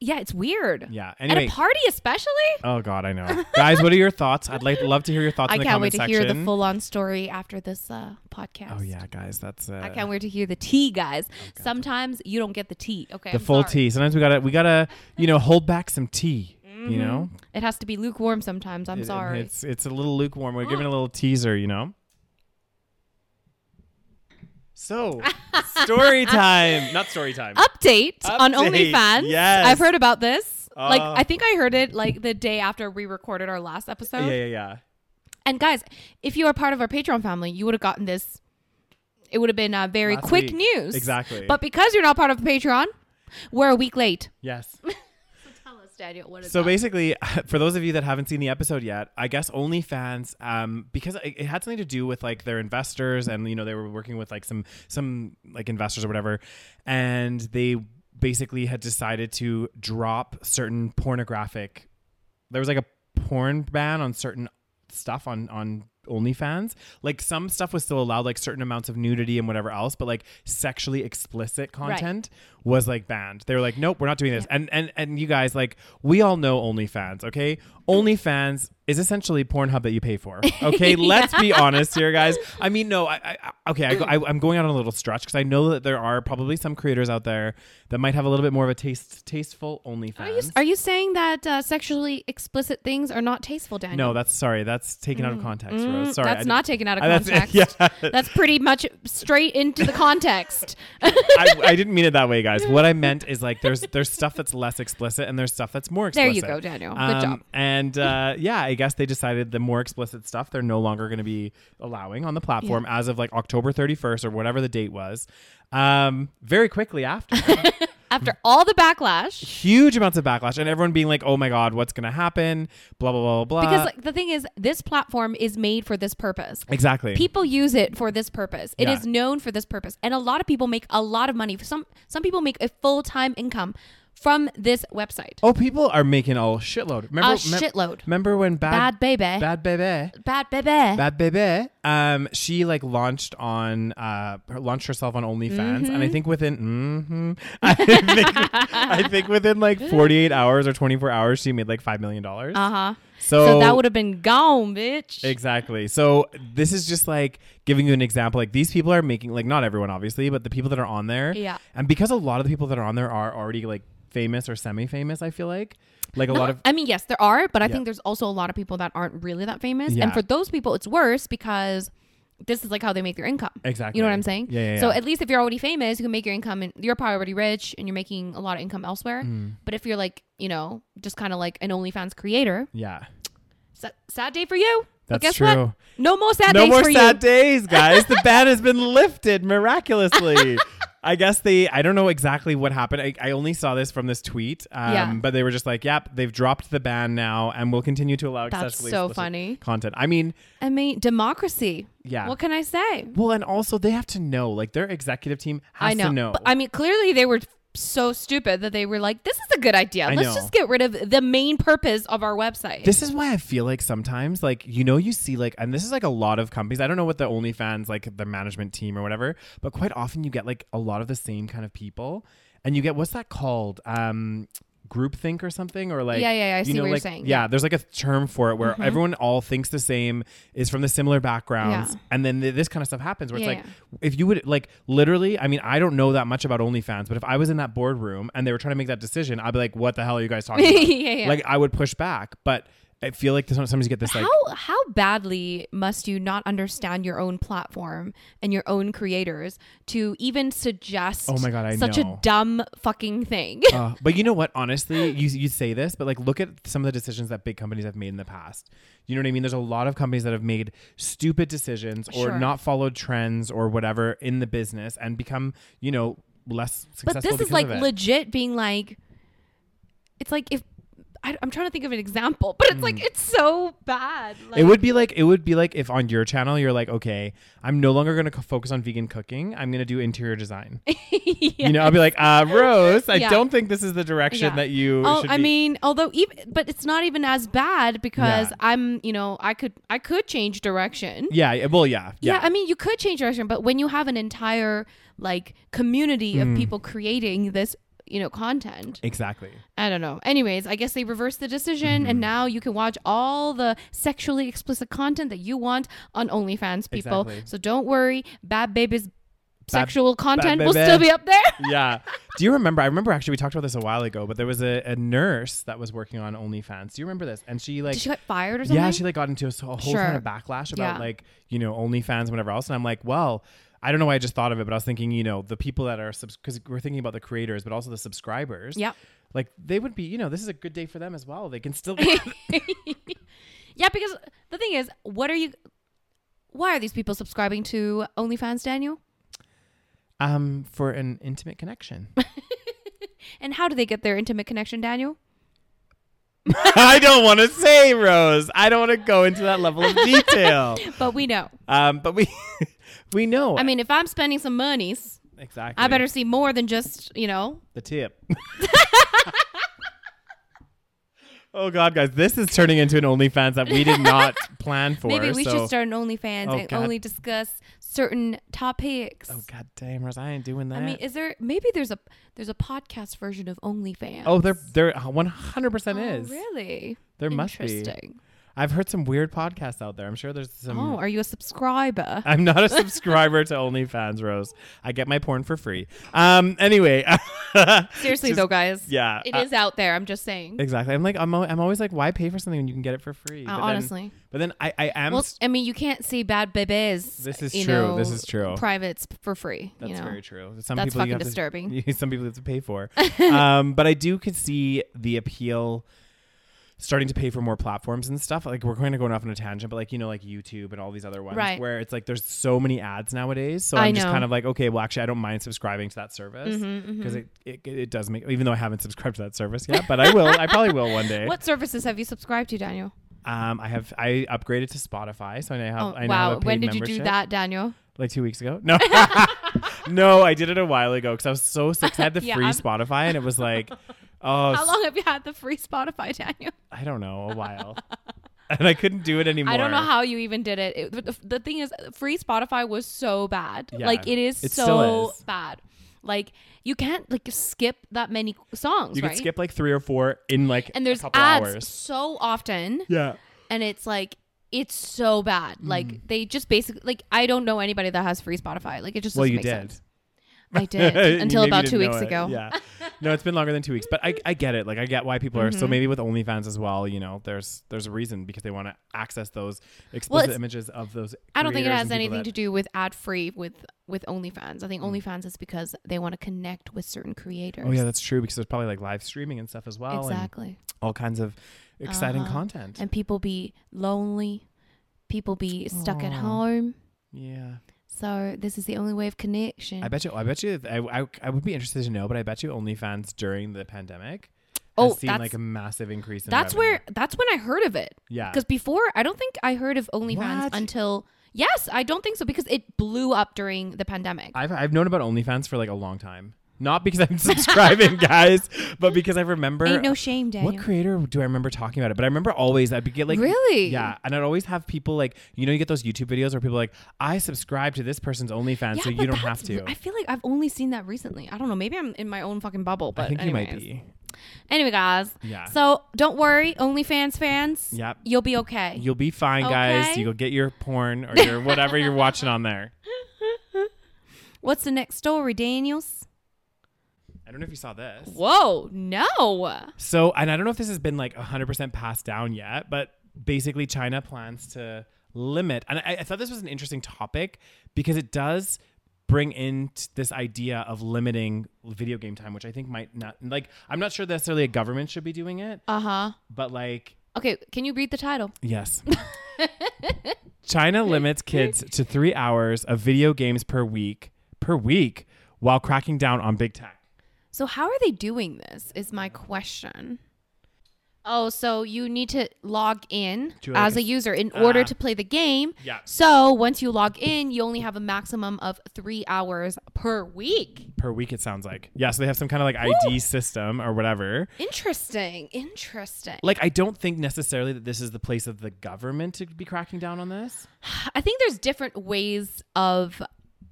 Speaker 1: yeah, it's weird.
Speaker 2: yeah.
Speaker 1: At
Speaker 2: Anyway,
Speaker 1: a party, especially.
Speaker 2: oh god, I
Speaker 1: [laughs]
Speaker 2: know, guys. What are your thoughts? I'd like love to hear your thoughts.
Speaker 1: I
Speaker 2: in the
Speaker 1: can't wait
Speaker 2: comment
Speaker 1: to
Speaker 2: section.
Speaker 1: hear the full-on story after this uh, podcast.
Speaker 2: Oh yeah, guys, that's. Uh,
Speaker 1: I can't wait to hear the tea, guys. Sometimes you don't get the tea. Okay,
Speaker 2: the
Speaker 1: I'm
Speaker 2: full
Speaker 1: sorry.
Speaker 2: tea. Sometimes we gotta we gotta you know hold back some tea. You know,
Speaker 1: It has to be lukewarm sometimes. Mm-hmm. I'm
Speaker 2: It-
Speaker 1: sorry.
Speaker 2: It's it's a little lukewarm. We're
Speaker 1: [gasps]
Speaker 2: giving a little teaser. You know.
Speaker 1: [laughs]
Speaker 2: So story time, not story time.
Speaker 1: Update, on
Speaker 2: Update,
Speaker 1: OnlyFans.
Speaker 2: yes.
Speaker 1: I've heard about this. like
Speaker 2: Uh.
Speaker 1: I think I heard it like the day after we recorded our last episode.
Speaker 2: Yeah, yeah, yeah.
Speaker 1: And guys, if you are part of our Patreon family, you would have gotten this. It would have been uh, very
Speaker 2: Last
Speaker 1: quick
Speaker 2: week.
Speaker 1: news.
Speaker 2: Exactly.
Speaker 1: But because you're not part of Patreon, we're a week late.
Speaker 2: Yes.
Speaker 1: Tell us, Daniel, what is
Speaker 2: So basically, [laughs] for those of you that haven't seen the episode yet, I guess OnlyFans, um, because it, it had something to do with like their investors, and you know they were working with like some some like investors or whatever, and they basically had decided to drop certain pornographic. There was like a porn ban on certain stuff on on OnlyFans. Like some stuff was still allowed, like certain amounts of nudity and whatever else, but like sexually explicit content was like banned. They were like, nope, we're not doing this. And and and you guys, like, we all know OnlyFans, okay? OnlyFans is essentially Pornhub that you pay
Speaker 1: [laughs]
Speaker 2: for. Okay, let's be honest here, guys. I mean, no, I, I I- okay, I go, I, I'm going out on a little stretch because I know that there are probably some creators out there that might have a little bit more of a taste tasteful OnlyFans.
Speaker 1: Are you, are you saying that uh, sexually explicit things are not tasteful, Daniel?
Speaker 2: no, that's sorry. That's taken out of context, Rose. Sorry, [laughs] I
Speaker 1: Mm. that's
Speaker 2: didn't-
Speaker 1: not taken out of
Speaker 2: Uh, that's-
Speaker 1: context.
Speaker 2: yeah.
Speaker 1: That's pretty much straight
Speaker 2: [laughs]
Speaker 1: into the context.
Speaker 2: I, I didn't mean it that way, guys. What I meant is like there's there's stuff that's less explicit and there's stuff that's more
Speaker 1: There
Speaker 2: explicit.
Speaker 1: you go, Daniel. Good
Speaker 2: Um,
Speaker 1: job.
Speaker 2: And uh, yeah, I guess they decided the more explicit stuff they're no longer going to be allowing on the platform as of like October 31st or whatever the date was. Um, very quickly after, [laughs]
Speaker 1: After all the backlash,
Speaker 2: huge amounts of backlash and everyone being like, "Oh my god, what's going to happen?" Blah blah blah blah.
Speaker 1: because like, the thing is, this platform is made for this purpose.
Speaker 2: exactly.
Speaker 1: People use it for this purpose. It is
Speaker 2: Yeah.
Speaker 1: known for this purpose, and a lot of people make a lot of money. Some some people make a full time income from this website.
Speaker 2: oh, people are making a shitload. Remember,
Speaker 1: a
Speaker 2: mem-
Speaker 1: shitload.
Speaker 2: remember when bad
Speaker 1: Bad baby. Bad,
Speaker 2: bad baby
Speaker 1: baby.
Speaker 2: Bad Bebe. Um, she like launched on uh her- launched herself on OnlyFans, and
Speaker 1: Mm-hmm.
Speaker 2: I think within hmm [laughs] I, think, I think within like forty eight hours or twenty four hours, she made like five million dollars.
Speaker 1: Uh huh.
Speaker 2: so,
Speaker 1: So that would have been gone, bitch.
Speaker 2: exactly. So this is just like giving you an example. Like these people are making like not everyone obviously, but the people that are on there,
Speaker 1: Yeah.
Speaker 2: And because a lot of the people that are on there are already like famous or semi famous, I feel like like a lot of
Speaker 1: I mean, yes, there are, but I
Speaker 2: Yeah.
Speaker 1: think there's also a lot of people that aren't really that famous.
Speaker 2: Yeah.
Speaker 1: And for those people, it's worse because this is like how they make their income.
Speaker 2: exactly.
Speaker 1: You know what I'm saying?
Speaker 2: Yeah. yeah,
Speaker 1: So
Speaker 2: yeah.
Speaker 1: at least if you're already famous, you can make your income and you're probably already rich and you're making a lot of income elsewhere.
Speaker 2: Mm.
Speaker 1: But if you're like, you know, just kind of like an OnlyFans creator,
Speaker 2: yeah.
Speaker 1: sa- sad day for you.
Speaker 2: That's
Speaker 1: but guess
Speaker 2: true.
Speaker 1: what? No more sad
Speaker 2: no
Speaker 1: days
Speaker 2: more
Speaker 1: for
Speaker 2: sad
Speaker 1: you. [laughs]
Speaker 2: days, guys. The ban has been lifted miraculously. I guess they, I don't know exactly what happened. I, I only saw this from this tweet, um,
Speaker 1: Yeah.
Speaker 2: but they were just like, yep, they've dropped the ban now and will continue to allow
Speaker 1: That's
Speaker 2: excessively
Speaker 1: so
Speaker 2: explicit
Speaker 1: funny.
Speaker 2: content. I mean,
Speaker 1: I mean, democracy.
Speaker 2: Yeah.
Speaker 1: What can I say?
Speaker 2: well, and also they have to know, like their executive team has
Speaker 1: I know.
Speaker 2: to know.
Speaker 1: But, I mean, clearly they were so stupid that they were like, this is a good idea.
Speaker 2: I
Speaker 1: Let's
Speaker 2: know.
Speaker 1: just get rid of the main purpose of our website.
Speaker 2: This is why I feel like sometimes, like, you know, you see, like, and this is like a lot of companies. I don't know what the OnlyFans, like, the management team or whatever, but quite often you get, like, a lot of the same kind of people. And you get, what's that called? Um, groupthink or something or like
Speaker 1: Yeah, yeah, yeah, I
Speaker 2: you
Speaker 1: see
Speaker 2: know,
Speaker 1: what you're
Speaker 2: like-
Speaker 1: saying. Mm-hmm.
Speaker 2: yeah there's like a term for it where everyone all thinks the same is from the similar backgrounds
Speaker 1: Yeah.
Speaker 2: and then th- this kind of stuff happens where it's
Speaker 1: Yeah,
Speaker 2: like if you would like literally i mean i don't know that much about onlyfans but if i was in that boardroom and they were trying to make that decision i'd be like what the hell are you guys
Speaker 1: [laughs]
Speaker 2: talking about
Speaker 1: Yeah, yeah.
Speaker 2: like I would push back, but I feel like sometimes you get this like
Speaker 1: how how badly must you not understand your own platform and your own creators to even suggest
Speaker 2: Oh my God, I
Speaker 1: such
Speaker 2: know.
Speaker 1: a dumb fucking thing
Speaker 2: Uh, but you know what? Honestly, you you say this, but like look at some of the decisions that big companies have made in the past. You know what I mean? There's a lot of companies that have made stupid decisions or
Speaker 1: Sure.
Speaker 2: not followed trends or whatever in the business and become you know less successful.
Speaker 1: [laughs] but this
Speaker 2: because
Speaker 1: is like
Speaker 2: of it.
Speaker 1: legit being like it's like if I, am trying to think of an example, but it's like it's so bad. Like,
Speaker 2: Hmm. it would be like it would be like if on your channel you're like, okay, I'm no longer gonna co- focus on vegan cooking. I'm gonna do interior
Speaker 1: [laughs]
Speaker 2: design. You know, I'll be like, uh, Rose, I
Speaker 1: Yeah.
Speaker 2: don't think this is the direction
Speaker 1: Yeah.
Speaker 2: that you.
Speaker 1: Oh,
Speaker 2: should
Speaker 1: I
Speaker 2: be-
Speaker 1: mean, although even, but it's not even as bad because
Speaker 2: Yeah.
Speaker 1: I'm, you know, I could, I could change direction.
Speaker 2: yeah. yeah, Well, yeah,
Speaker 1: Yeah.
Speaker 2: yeah,
Speaker 1: I mean, you could change direction, but when you have an entire like community of
Speaker 2: Mm.
Speaker 1: people creating this, you know, content,
Speaker 2: exactly.
Speaker 1: I don't know. Anyways, I guess they reversed the decision,
Speaker 2: Mm-hmm.
Speaker 1: and now you can watch all the sexually explicit content that you want on OnlyFans, people.
Speaker 2: Exactly.
Speaker 1: So don't worry, Bad Baby's sexual content will
Speaker 2: Baby.
Speaker 1: still be
Speaker 2: [laughs]
Speaker 1: up there.
Speaker 2: yeah. Do you remember? I remember actually we talked about this a while ago, but there was a, a nurse that was working on OnlyFans. Do you remember this? And she like
Speaker 1: Did she get fired or something?
Speaker 2: yeah, she like got into a, s- a whole
Speaker 1: Sure.
Speaker 2: kind of backlash about
Speaker 1: Yeah.
Speaker 2: like you know OnlyFans and whatever else. And I'm like, well, I don't know why I just thought of it, but I was thinking, you know, the people that are because we're thinking about the creators, but also the subscribers.
Speaker 1: Yeah.
Speaker 2: like they would be, you know, this is a good day for them as well. They can
Speaker 1: [laughs]
Speaker 2: still.
Speaker 1: yeah, because the thing is, what are you? Why are these people subscribing to OnlyFans, Daniel?
Speaker 2: um, for an intimate connection.
Speaker 1: And how do they get their intimate connection, Daniel?
Speaker 2: I don't want to say, Rose. I don't want to go into that
Speaker 1: [laughs]
Speaker 2: level of detail.
Speaker 1: But we know.
Speaker 2: um, but we [laughs] we know.
Speaker 1: I mean, if I'm spending some monies,
Speaker 2: exactly.
Speaker 1: I better see more than just you know.
Speaker 2: the
Speaker 1: [laughs]
Speaker 2: tip. oh God, guys, this is turning into an OnlyFans that we did
Speaker 1: [laughs]
Speaker 2: not plan for.
Speaker 1: Maybe we
Speaker 2: so-
Speaker 1: should start an OnlyFans
Speaker 2: Oh,
Speaker 1: and
Speaker 2: God.
Speaker 1: only discuss certain topics.
Speaker 2: Oh God damn, Rose, I ain't doing that.
Speaker 1: I mean, is there maybe there's a there's a podcast version of OnlyFans? Oh,
Speaker 2: oh, there, there, one hundred percent is.
Speaker 1: really?
Speaker 2: There must be.
Speaker 1: Interesting.
Speaker 2: I've heard some weird podcasts out there. I'm sure there's some.
Speaker 1: Oh, are you a subscriber?
Speaker 2: I'm not
Speaker 1: [laughs]
Speaker 2: a subscriber to OnlyFans, Rose. I get my porn for free. Um. Anyway. [laughs]
Speaker 1: Seriously
Speaker 2: just-
Speaker 1: though, guys,
Speaker 2: Yeah.
Speaker 1: it
Speaker 2: uh,
Speaker 1: is out there. I'm just saying.
Speaker 2: Exactly. I'm like I'm. al- I'm always like, why pay for something when you can get it for free?
Speaker 1: Uh,
Speaker 2: But then-
Speaker 1: honestly.
Speaker 2: but then I. I am.
Speaker 1: Well,
Speaker 2: s-
Speaker 1: I mean, you can't see bad bebes.
Speaker 2: This is
Speaker 1: you
Speaker 2: true.
Speaker 1: Know,
Speaker 2: This is true.
Speaker 1: Privates for free.
Speaker 2: That's
Speaker 1: you know?
Speaker 2: very true. Some
Speaker 1: That's
Speaker 2: people you
Speaker 1: fucking
Speaker 2: have to-
Speaker 1: disturbing.
Speaker 2: [laughs] some people you have to pay
Speaker 1: [laughs]
Speaker 2: for. um, but I do could see the appeal starting to pay for more platforms and stuff. Like we're kind of going off on a tangent, but like you know, like YouTube and all these other ones,
Speaker 1: Right.
Speaker 2: where it's like there's so many ads nowadays. So
Speaker 1: I
Speaker 2: I'm just
Speaker 1: know. Mm-hmm,
Speaker 2: kind of like, okay, well, actually, I don't mind subscribing to that service because it, it it does make. Even though I haven't subscribed to that service yet, but I will. I probably will one day.
Speaker 1: [laughs] What services have you subscribed to, Daniel?
Speaker 2: Um, I have I upgraded to Spotify, so I now have.
Speaker 1: Oh,
Speaker 2: I now
Speaker 1: wow.
Speaker 2: have a paid
Speaker 1: When did you do
Speaker 2: membership
Speaker 1: that, Daniel?
Speaker 2: like two weeks
Speaker 1: [laughs]
Speaker 2: ago. No, [laughs] no, I did it a while ago because I was so sick. I had the
Speaker 1: Yeah,
Speaker 2: free
Speaker 1: I'm-
Speaker 2: Spotify, and it was
Speaker 1: [laughs]
Speaker 2: like, oh,
Speaker 1: How
Speaker 2: s-
Speaker 1: long have you had the free Spotify, [laughs] Daniel?
Speaker 2: I don't
Speaker 1: [laughs]
Speaker 2: know, a while, and I couldn't do it anymore.
Speaker 1: I don't know how you even did it. It- the, the thing is, free Spotify was so bad.
Speaker 2: Yeah,
Speaker 1: like it is
Speaker 2: it
Speaker 1: so
Speaker 2: still is.
Speaker 1: bad. Like you can't like skip that many songs,
Speaker 2: you
Speaker 1: right?
Speaker 2: could skip like three or four in like
Speaker 1: and there's
Speaker 2: a couple
Speaker 1: ads
Speaker 2: hours.
Speaker 1: so often,
Speaker 2: Yeah, Mm.
Speaker 1: and it's like it's so bad. Like they just basically like I don't know anybody that has free Spotify. Like it just
Speaker 2: well,
Speaker 1: doesn't
Speaker 2: you
Speaker 1: make
Speaker 2: did. [laughs]
Speaker 1: sense. I did until
Speaker 2: Maybe you
Speaker 1: about two
Speaker 2: didn't
Speaker 1: weeks
Speaker 2: know it.
Speaker 1: ago.
Speaker 2: Yeah, no, it's been longer than two weeks, but I, I get it. Like I get why people are
Speaker 1: Mm-hmm.
Speaker 2: so maybe with OnlyFans as well. You know, there's there's a reason because they want to access those explicit
Speaker 1: it's-
Speaker 2: images of those.
Speaker 1: I don't think it
Speaker 2: creators
Speaker 1: has
Speaker 2: and people
Speaker 1: anything
Speaker 2: that- Mm.
Speaker 1: to do with ad free with with OnlyFans. I think OnlyFans is because they want to connect with certain creators.
Speaker 2: Oh yeah, that's true because there's probably like live streaming and stuff as well, and
Speaker 1: exactly.
Speaker 2: all kinds of exciting
Speaker 1: Uh-huh.
Speaker 2: content.
Speaker 1: and people be lonely people be stuck at
Speaker 2: Aw.
Speaker 1: home
Speaker 2: Yeah,
Speaker 1: so this is the only way of connection
Speaker 2: I bet you. I bet you. I, I, I would be interested to know, but I bet you OnlyFans during the pandemic
Speaker 1: Oh,
Speaker 2: has seen
Speaker 1: that's-
Speaker 2: like a massive increase. in
Speaker 1: that's
Speaker 2: revenue.
Speaker 1: where that's when i heard of it
Speaker 2: Yeah.
Speaker 1: because before i don't think i heard of onlyfans
Speaker 2: What?
Speaker 1: until yes i don't think so because it blew up during the pandemic
Speaker 2: I've I've known about OnlyFans for like a long time. Not because I'm [laughs] subscribing, guys, but because I remember.
Speaker 1: ain't no shame daniel
Speaker 2: what creator do I remember talking about it? But I remember always I'd be get like
Speaker 1: Really?
Speaker 2: yeah, and I'd always have people like you know you get those YouTube videos where people are like I subscribe to this person's OnlyFans so you
Speaker 1: but
Speaker 2: don't have
Speaker 1: that's-
Speaker 2: to.
Speaker 1: I feel like I've only seen that recently. I don't know. Maybe I'm in my own fucking bubble, but
Speaker 2: I think
Speaker 1: anyways.
Speaker 2: you might be.
Speaker 1: Anyway, guys.
Speaker 2: Yeah.
Speaker 1: So don't worry, OnlyFans fans.
Speaker 2: Yep.
Speaker 1: You'll be okay.
Speaker 2: You'll be fine, guys.
Speaker 1: Okay.
Speaker 2: You go get your porn or your whatever you're watching on there.
Speaker 1: What's the next story, Daniels?
Speaker 2: I don't know if you saw this.
Speaker 1: Whoa, no.
Speaker 2: So, and I don't know if this has been like 100% passed down yet, but basically, China plans to limit. And I, I thought this was an interesting topic because it does bring in t- this idea of limiting video game time, which I think might not, like, I'm not sure necessarily a government should be doing it,
Speaker 1: Uh huh.
Speaker 2: but like,
Speaker 1: Okay, can you read the title?
Speaker 2: yes. [laughs] China limits kids to three hours of video games per week, per week, while cracking down on big tech.
Speaker 1: So, how are they doing this? Is my question. Oh, so you need to log in
Speaker 2: To, like,
Speaker 1: as
Speaker 2: a
Speaker 1: a
Speaker 2: s-
Speaker 1: user in order
Speaker 2: Ah.
Speaker 1: to play the game.
Speaker 2: Yeah.
Speaker 1: So once you log in, you only have a maximum of three hours per week.
Speaker 2: per week it sounds like yeah so they have some kind of like id system or whatever
Speaker 1: Interesting. Interesting.
Speaker 2: like i don't think necessarily that this is the place of the government to be cracking down on this
Speaker 1: I think there's different ways of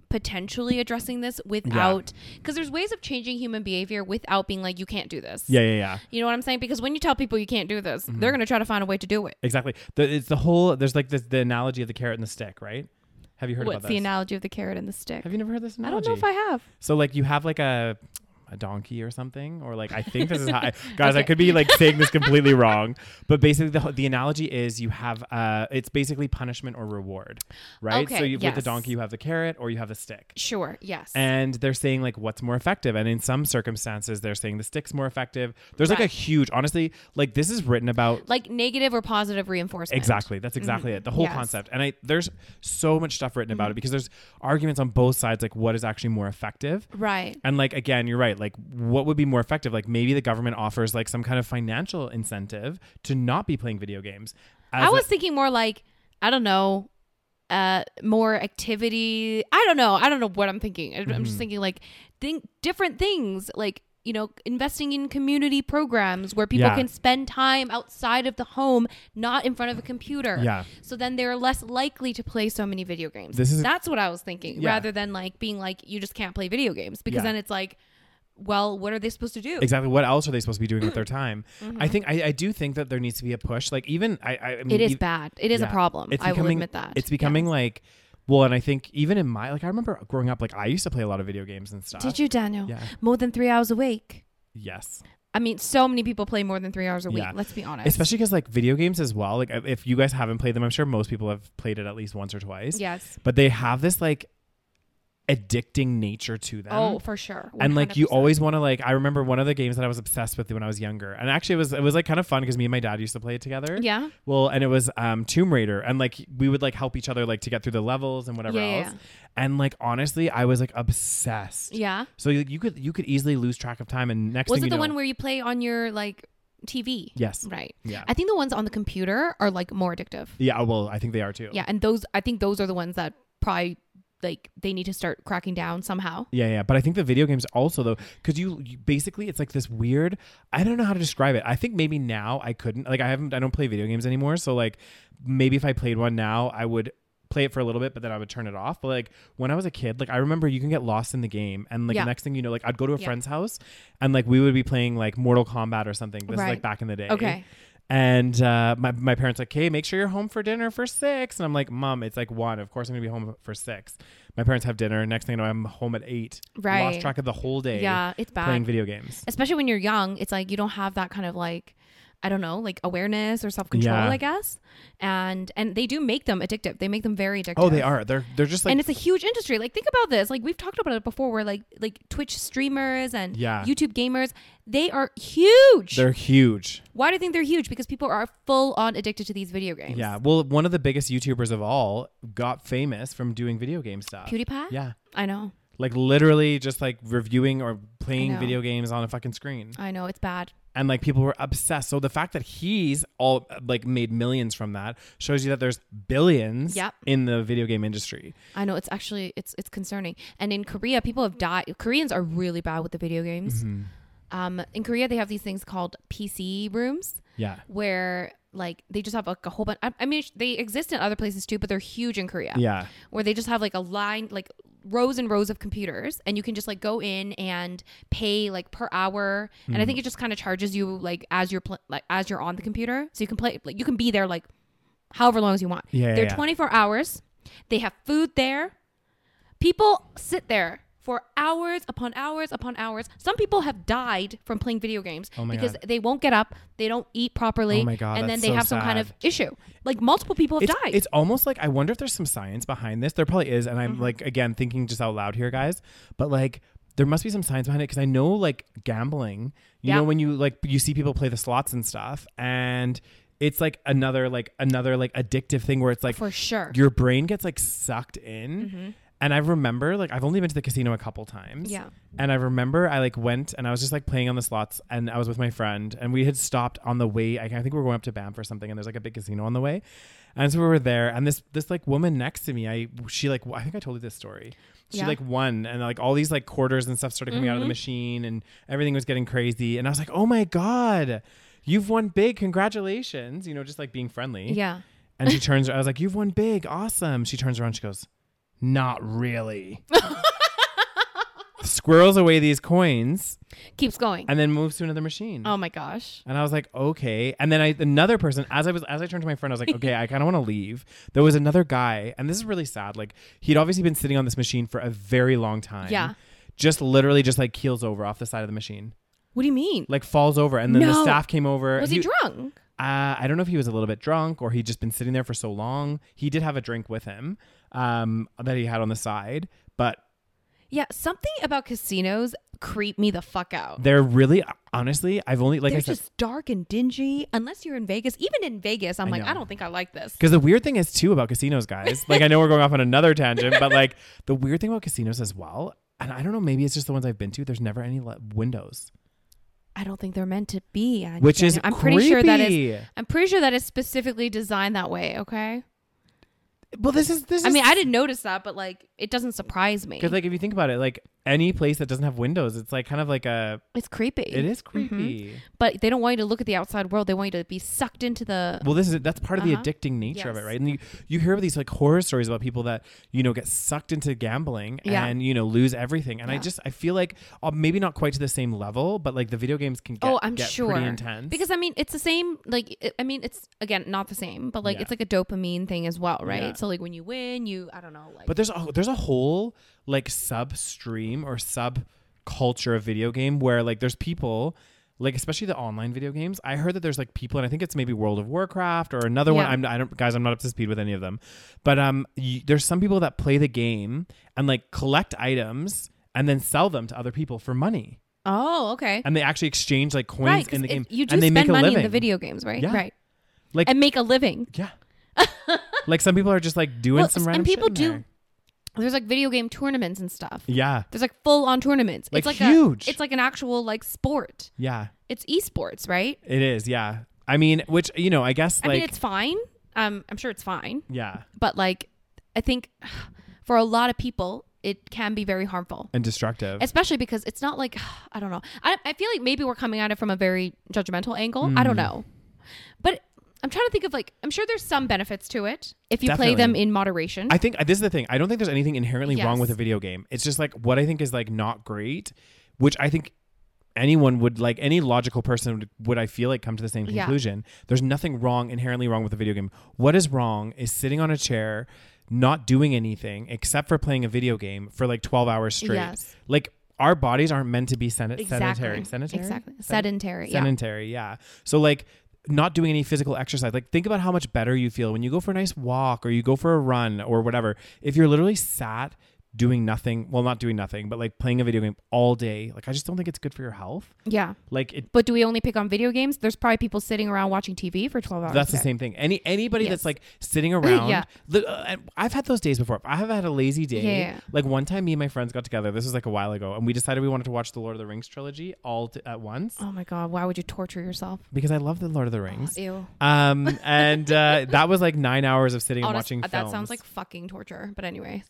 Speaker 1: potentially addressing this without because there's ways of changing human behavior without being like you can't do this.
Speaker 2: yeah yeah yeah
Speaker 1: You know what I'm saying? Because when you tell people you can't do this,
Speaker 2: Mm-hmm.
Speaker 1: they're going to try to find a way to do it.
Speaker 2: exactly the, it's the whole there's like this the analogy of the carrot and the stick right have you heard
Speaker 1: What's
Speaker 2: about
Speaker 1: the
Speaker 2: this
Speaker 1: analogy of the carrot and the stick?
Speaker 2: have you never heard this
Speaker 1: I
Speaker 2: analogy
Speaker 1: don't know if I have.
Speaker 2: so like you have like a a donkey or something or like i think this is
Speaker 1: [laughs]
Speaker 2: how I, guys i
Speaker 1: Okay.
Speaker 2: could be like saying this completely wrong but basically the, the analogy is you have uh it's basically punishment or reward right so
Speaker 1: Okay,
Speaker 2: you, with the
Speaker 1: yes.
Speaker 2: donkey you have the carrot or you have the stick
Speaker 1: Sure. Yes.
Speaker 2: and they're saying like what's more effective and in some circumstances they're saying the stick's more effective there's like a
Speaker 1: Right.
Speaker 2: huge honestly like this is written about
Speaker 1: like negative or positive reinforcement.
Speaker 2: exactly that's exactly it the whole
Speaker 1: Mm-hmm. Yes. Mm-hmm.
Speaker 2: concept and i there's so much stuff written about it because there's arguments on both sides like what is actually more effective
Speaker 1: Right.
Speaker 2: and like again you're right like what would be more effective like maybe the government offers like some kind of financial incentive to not be playing video games As
Speaker 1: I
Speaker 2: a-
Speaker 1: was thinking more like I don't know, uh, more activity. I don't know. I don't know what I'm thinking. I- I'm
Speaker 2: Mm-hmm.
Speaker 1: just thinking like think different things like. You know, investing in community programs where people
Speaker 2: Yeah.
Speaker 1: can spend time outside of the home, not in front of a computer.
Speaker 2: Yeah.
Speaker 1: So then they're less likely to play so many video games.
Speaker 2: This is-
Speaker 1: That's what I was thinking,
Speaker 2: Yeah.
Speaker 1: rather than like being like, you just can't play video games. Because
Speaker 2: Yeah.
Speaker 1: then it's like, well, what are they supposed to do?
Speaker 2: exactly what else are they supposed to be doing with
Speaker 1: [clears throat]
Speaker 2: their time i think I, I do think that there needs to be a push like even i i, I mean
Speaker 1: Mm-hmm. It is
Speaker 2: ev-
Speaker 1: bad. It is a
Speaker 2: Yeah.
Speaker 1: problem.
Speaker 2: It's
Speaker 1: I will
Speaker 2: becoming-
Speaker 1: admit that.
Speaker 2: It's
Speaker 1: Yeah.
Speaker 2: becoming like, well, and I think even in my like, I remember growing up, like I used to play a lot of video games and stuff.
Speaker 1: Did you, Daniel?
Speaker 2: Yeah.
Speaker 1: More than three hours a week.
Speaker 2: Yes,
Speaker 1: I mean, so many people play more than three hours a week.
Speaker 2: Yeah.
Speaker 1: Let's be honest.
Speaker 2: especially because like video games as well. Like if you guys haven't played them, I'm sure most people have played it at least once or twice.
Speaker 1: yes.
Speaker 2: But they have this like addicting nature to them.
Speaker 1: Oh, for sure.
Speaker 2: and like you
Speaker 1: 100%.
Speaker 2: always want to like i remember one of the games that i was obsessed with when i was younger and actually it was it was like kind of fun because me and my dad used to play it together
Speaker 1: Yeah.
Speaker 2: well and it was um tomb raider and like we would like help each other like to get through the levels and whatever
Speaker 1: Yeah, yeah,
Speaker 2: else
Speaker 1: yeah.
Speaker 2: and like honestly i was like obsessed
Speaker 1: Yeah.
Speaker 2: so you, you could you could easily lose track of time and next
Speaker 1: Was
Speaker 2: thing
Speaker 1: it
Speaker 2: you
Speaker 1: the
Speaker 2: know,
Speaker 1: one where you play on your like TV?
Speaker 2: yes
Speaker 1: Right.
Speaker 2: yeah
Speaker 1: I think the ones on the computer are like more addictive.
Speaker 2: yeah well i think they are too
Speaker 1: Yeah. And those, I think those are the ones that probably like they need to start cracking down somehow.
Speaker 2: yeah yeah but i think the video games also though because you, you basically it's like this weird i don't know how to describe it i think maybe now i couldn't like i haven't i don't play video games anymore so like maybe if i played one now i would play it for a little bit but then i would turn it off but like when i was a kid like i remember you can get lost in the game and like
Speaker 1: Yeah.
Speaker 2: the next thing you know like i'd go to a
Speaker 1: Yeah.
Speaker 2: friend's house and like we would be playing like mortal kombat or something this is like
Speaker 1: Right.
Speaker 2: back in the day
Speaker 1: Okay.
Speaker 2: And uh, my, my parents like, hey, make sure you're home for dinner for six. And I'm like, mom, it's like one. Of course, I'm gonna be home for six. My parents have dinner. Next thing I know, I'm home at eight. Lost
Speaker 1: Right.
Speaker 2: track of the whole day.
Speaker 1: Yeah. It's bad.
Speaker 2: Playing video games.
Speaker 1: especially when you're young, it's like you don't have that kind of like I don't know, like awareness or self control,
Speaker 2: Yeah.
Speaker 1: I guess. And and they do make them addictive. They make them very addictive.
Speaker 2: Oh, they are. They're they're just like
Speaker 1: and it's a huge industry. Like think about this. Like we've talked about it before where like like Twitch streamers and
Speaker 2: Yeah.
Speaker 1: YouTube gamers, they are huge.
Speaker 2: they're huge.
Speaker 1: Why do you think they're huge? Because people are full on addicted to these video games.
Speaker 2: Yeah. Well, one of the biggest YouTubers of all got famous from doing video game stuff.
Speaker 1: PewDiePie?
Speaker 2: Yeah.
Speaker 1: I know.
Speaker 2: Like literally just like reviewing or playing
Speaker 1: know.
Speaker 2: video games on a fucking screen.
Speaker 1: I know. It's bad.
Speaker 2: and like people were obsessed. So the fact that he's all like made millions from that shows you that there's billions
Speaker 1: Yep.
Speaker 2: in the video game industry.
Speaker 1: I know it's actually it's it's concerning. And in Korea, people have died. Koreans are really bad with the video games.
Speaker 2: Mm-hmm.
Speaker 1: Um, in Korea, they have these things called PC rooms
Speaker 2: Yeah.
Speaker 1: where like they just have like a whole bunch. I, I mean, they exist in other places too, but they're huge in Korea.
Speaker 2: Yeah.
Speaker 1: Where they just have like a line, like rows and rows of computers, and you can just like go in and pay like per hour. And I
Speaker 2: Mm-hmm.
Speaker 1: think it just kind of charges you like as you're pl- like as you're on the computer, so you can play. Like, you can be there like however long as you want.
Speaker 2: Yeah, yeah,
Speaker 1: They're
Speaker 2: yeah.
Speaker 1: 24 hours. They have food there. People sit there for hours upon hours upon hours. Some people have died from playing video games
Speaker 2: Oh my
Speaker 1: because
Speaker 2: God.
Speaker 1: they won't get up, they don't eat properly,
Speaker 2: Oh my God,
Speaker 1: and then
Speaker 2: that's
Speaker 1: they
Speaker 2: so
Speaker 1: have some kind
Speaker 2: sad.
Speaker 1: of issue. Like multiple people have
Speaker 2: It's,
Speaker 1: died.
Speaker 2: it's almost like I wonder if there's some science behind this. There probably is, and I'm
Speaker 1: Mm-hmm.
Speaker 2: like again thinking just out loud here, guys. But like there must be some science behind it because I know like gambling. You
Speaker 1: Yeah.
Speaker 2: know when you like you see people play the slots and stuff, and it's like another like another like addictive thing where it's like
Speaker 1: for sure. Mm-hmm.
Speaker 2: your brain gets like sucked in And I remember, like, I've only been to the casino a couple times.
Speaker 1: Yeah.
Speaker 2: And I remember I like went and I was just like playing on the slots and I was with my friend and we had stopped on the way. I I think we were going up to Banff or something and there's like a big casino on the way. And so we were there and this this like woman next to me, I she like I think I told you this story. She
Speaker 1: Yeah. Mm-hmm.
Speaker 2: like won and like all these like quarters and stuff started coming out of the machine and everything was getting crazy and I was like, "Oh my god. You've won big. Congratulations." You know, just like being friendly.
Speaker 1: Yeah.
Speaker 2: And she turns. I was like, "You've won big, awesome." She turns around. She goes, "Not
Speaker 1: [laughs]
Speaker 2: really." Squirrels away these coins
Speaker 1: Keeps going.
Speaker 2: and then moves to another machine.
Speaker 1: oh my gosh.
Speaker 2: And I was like, "Okay." And then I, another person, as I was, as I turned to my friend, I was like, "Okay, I kind of want to leave." There was another guy, and this is really sad. Like he'd obviously been sitting on this machine for a very long time.
Speaker 1: Yeah.
Speaker 2: Just literally, just like keels over off the side of the machine,
Speaker 1: What do you mean?
Speaker 2: like falls over, and then the
Speaker 1: No.
Speaker 2: staff came over.
Speaker 1: Was he, drunk?
Speaker 2: Uh, I don't know if he was a little bit drunk or he'd just been sitting there for so long. He did have a drink with him um, that he had on the side, but
Speaker 1: Yeah. Something about casinos creep me the fuck out.
Speaker 2: they're really, honestly, I've only, like
Speaker 1: They're
Speaker 2: I said,
Speaker 1: just dark and dingy. Unless you're in Vegas. Even in Vegas, I'm like,
Speaker 2: know.
Speaker 1: I don't think I like this.
Speaker 2: because the weird thing is too about casinos, guys. Like, I know we're going off on another tangent, but like the weird thing about casinos as well, and I don't know, maybe it's just the ones I've been to, there's never any le- windows,
Speaker 1: I don't think they're meant to be. Angelina.
Speaker 2: which is
Speaker 1: I'm pretty sure that is.
Speaker 2: creepy.
Speaker 1: I'm pretty sure that is specifically designed that way. Okay.
Speaker 2: Well, this is, this
Speaker 1: I
Speaker 2: is,
Speaker 1: mean, I didn't notice that, but like, it doesn't surprise me.
Speaker 2: because like if you think about it, like any place that doesn't have windows, it's like kind of like a,
Speaker 1: it's creepy.
Speaker 2: it is
Speaker 1: Mm-hmm.
Speaker 2: creepy.
Speaker 1: But they don't want you to look at the outside world. They want you to be sucked into the.
Speaker 2: Well, this is that's part of
Speaker 1: Uh-huh.
Speaker 2: the addicting nature of it,
Speaker 1: Yes.
Speaker 2: right? And you, you hear these like horror stories about people that you know get sucked into gambling
Speaker 1: Yeah.
Speaker 2: and you know lose everything. And I
Speaker 1: Yeah.
Speaker 2: just I feel like uh, maybe not quite to the same level, but like the video games can get
Speaker 1: oh, I'm
Speaker 2: get
Speaker 1: sure.
Speaker 2: pretty intense
Speaker 1: Because I mean, it's the same. Like, it- I mean, it's again not the same, but like
Speaker 2: Yeah.
Speaker 1: it's like a dopamine thing as well, right?
Speaker 2: Yeah.
Speaker 1: So like when you win, you I don't know, like
Speaker 2: But there's a there's a whole like sub stream or sub culture of video game where like there's people like especially the online video games. I heard that there's like people and I think it's maybe World of Warcraft or another one.
Speaker 1: Yeah.
Speaker 2: I'm I don't guys I'm not up to speed with any of them. But um y- there's some people that play the game and like collect items and then sell them to other people for money.
Speaker 1: oh okay,
Speaker 2: And they actually exchange like coins
Speaker 1: right? 'cause
Speaker 2: in the
Speaker 1: it-
Speaker 2: game
Speaker 1: you do
Speaker 2: and they
Speaker 1: spend
Speaker 2: make a
Speaker 1: money
Speaker 2: living.
Speaker 1: in the video games, right?
Speaker 2: Yeah.
Speaker 1: Right.
Speaker 2: Like-
Speaker 1: and make a living.
Speaker 2: Yeah. [laughs] like some people are just like doing
Speaker 1: Well,
Speaker 2: some
Speaker 1: and
Speaker 2: random
Speaker 1: people
Speaker 2: shit in
Speaker 1: do-
Speaker 2: there.
Speaker 1: There's like video game tournaments and stuff.
Speaker 2: Yeah.
Speaker 1: There's like full on tournaments.
Speaker 2: Like,
Speaker 1: it's like
Speaker 2: huge.
Speaker 1: A, it's like an actual like sport.
Speaker 2: Yeah.
Speaker 1: It's esports, right?
Speaker 2: It is. Yeah. I mean, which you know, I guess
Speaker 1: I
Speaker 2: like
Speaker 1: mean, it's fine. Um, I'm sure it's fine.
Speaker 2: yeah.
Speaker 1: but like i think [sighs] for a lot of people it can be very harmful
Speaker 2: and destructive.
Speaker 1: especially because it's not like [sighs] i don't know i, I feel like maybe we're coming at it from a very judgmental angle i
Speaker 2: Hmm.
Speaker 1: don't know but i'm trying to think of like i'm sure there's some benefits to it if you play them
Speaker 2: Definitely.
Speaker 1: in moderation
Speaker 2: I think this is the thing. I don't think there's anything inherently wrong
Speaker 1: Yes.
Speaker 2: with a video game. It's just like what I think is like not great, which I think anyone would like any logical person would, would I feel like come to the same
Speaker 1: Yeah.
Speaker 2: conclusion. There's nothing wrong inherently wrong with a video game. What is wrong is sitting on a chair not doing anything except for playing a video game for like 12 hours straight.
Speaker 1: Yes.
Speaker 2: Like our bodies aren't meant to be sen- sedentary. Sedentary?
Speaker 1: exactly sedentary yeah
Speaker 2: sedentary yeah. so like not doing any physical exercise like think about how much better you feel when you go for a nice walk or you go for a run or whatever if you're literally sat doing nothing well not doing nothing but like playing a video game all day like i just don't think it's good for your health
Speaker 1: yeah
Speaker 2: like it
Speaker 1: but do we only pick on video games there's probably people sitting around watching tv for 12 hours
Speaker 2: that's
Speaker 1: a
Speaker 2: the
Speaker 1: day.
Speaker 2: same thing. Any anybody
Speaker 1: Yes.
Speaker 2: that's like sitting around.
Speaker 1: [clears throat] Yeah.
Speaker 2: the- uh, and I've had those days before. I have had a lazy day.
Speaker 1: Yeah.
Speaker 2: Like one time, me and my friends got together. This was like a while ago, and we decided we wanted to watch the Lord of the Rings trilogy all t- at once
Speaker 1: oh my god why would you torture yourself
Speaker 2: because I love the Lord of the Rings.
Speaker 1: ew
Speaker 2: Um, and uh,
Speaker 1: [laughs]
Speaker 2: that was like nine hours of sitting
Speaker 1: Honest- uh,
Speaker 2: and watching films.
Speaker 1: that sounds like fucking torture but anyway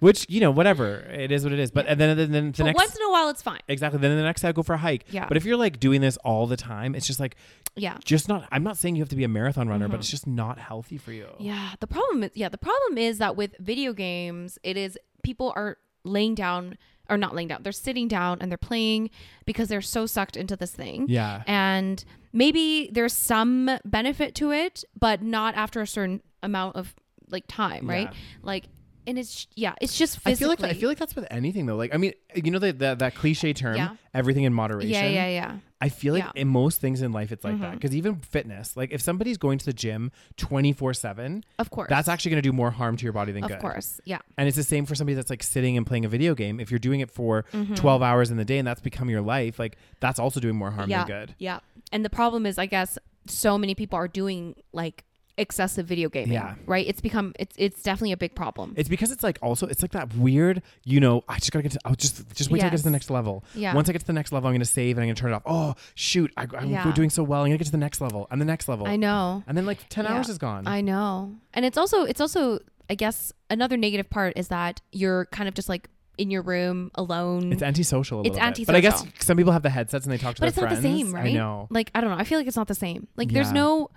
Speaker 2: which you know whatever it is what it is. But and then then, then the
Speaker 1: but
Speaker 2: next
Speaker 1: once in a while it's fine
Speaker 2: exactly then the next day I go for a hike.
Speaker 1: Yeah.
Speaker 2: But if you're like doing this all the time, it's just like
Speaker 1: yeah
Speaker 2: just not. I'm not saying you have to be a marathon runner, but it's just not healthy for you.
Speaker 1: Mm-hmm. Yeah, the problem is yeah, the problem is that with video games, it is people are laying down or not laying down. They're sitting down and they're playing because they're so sucked into this thing.
Speaker 2: Yeah.
Speaker 1: And maybe there's some benefit to it, but not after a certain amount of like time, right?
Speaker 2: Yeah.
Speaker 1: Like and it's yeah, it's just
Speaker 2: I feel
Speaker 1: physically.
Speaker 2: like I feel like that's with anything though. Like I mean, you know that that, that cliche term,
Speaker 1: Yeah.
Speaker 2: everything in moderation.
Speaker 1: yeah, yeah, yeah.
Speaker 2: I feel like
Speaker 1: Yeah. Mm-hmm.
Speaker 2: in most things in life it's like that. Because even fitness, like if somebody's going to the gym twenty four seven,
Speaker 1: Of course.
Speaker 2: that's actually going to do more harm to your body than
Speaker 1: of
Speaker 2: good.
Speaker 1: course. Yeah.
Speaker 2: And it's the same for somebody that's like sitting and playing a video game. If you're doing it for
Speaker 1: Mm-hmm.
Speaker 2: 12 hours in the day and that's become your life, like that's also doing more harm
Speaker 1: yeah.
Speaker 2: than good.
Speaker 1: Yeah. And the problem is I guess so many people are doing like excessive video gaming.
Speaker 2: Yeah.
Speaker 1: Right. It's become it's it's definitely a big problem.
Speaker 2: It's because it's like also it's like that weird, you know, I just gotta get to I'll just just wait till I get to the
Speaker 1: Yes.
Speaker 2: next level.
Speaker 1: Yeah.
Speaker 2: Once I get to the next level, I'm gonna save and I'm gonna turn it off. Oh shoot, I, I'm
Speaker 1: Yeah.
Speaker 2: doing so well. I'm gonna get to the next level and the next level.
Speaker 1: I know.
Speaker 2: And then like ten
Speaker 1: Yeah.
Speaker 2: hours is gone.
Speaker 1: I know. And it's also it's also I guess another negative part is that you're kind of just like in your room alone.
Speaker 2: it's antisocial a
Speaker 1: It's
Speaker 2: little bit. But I guess
Speaker 1: antisocial.
Speaker 2: some people have the headsets and they talk to
Speaker 1: but
Speaker 2: their
Speaker 1: it's not the
Speaker 2: friends.
Speaker 1: same, right?
Speaker 2: I know.
Speaker 1: Like I don't know. I feel like it's not the same. Like there's
Speaker 2: Yeah.
Speaker 1: no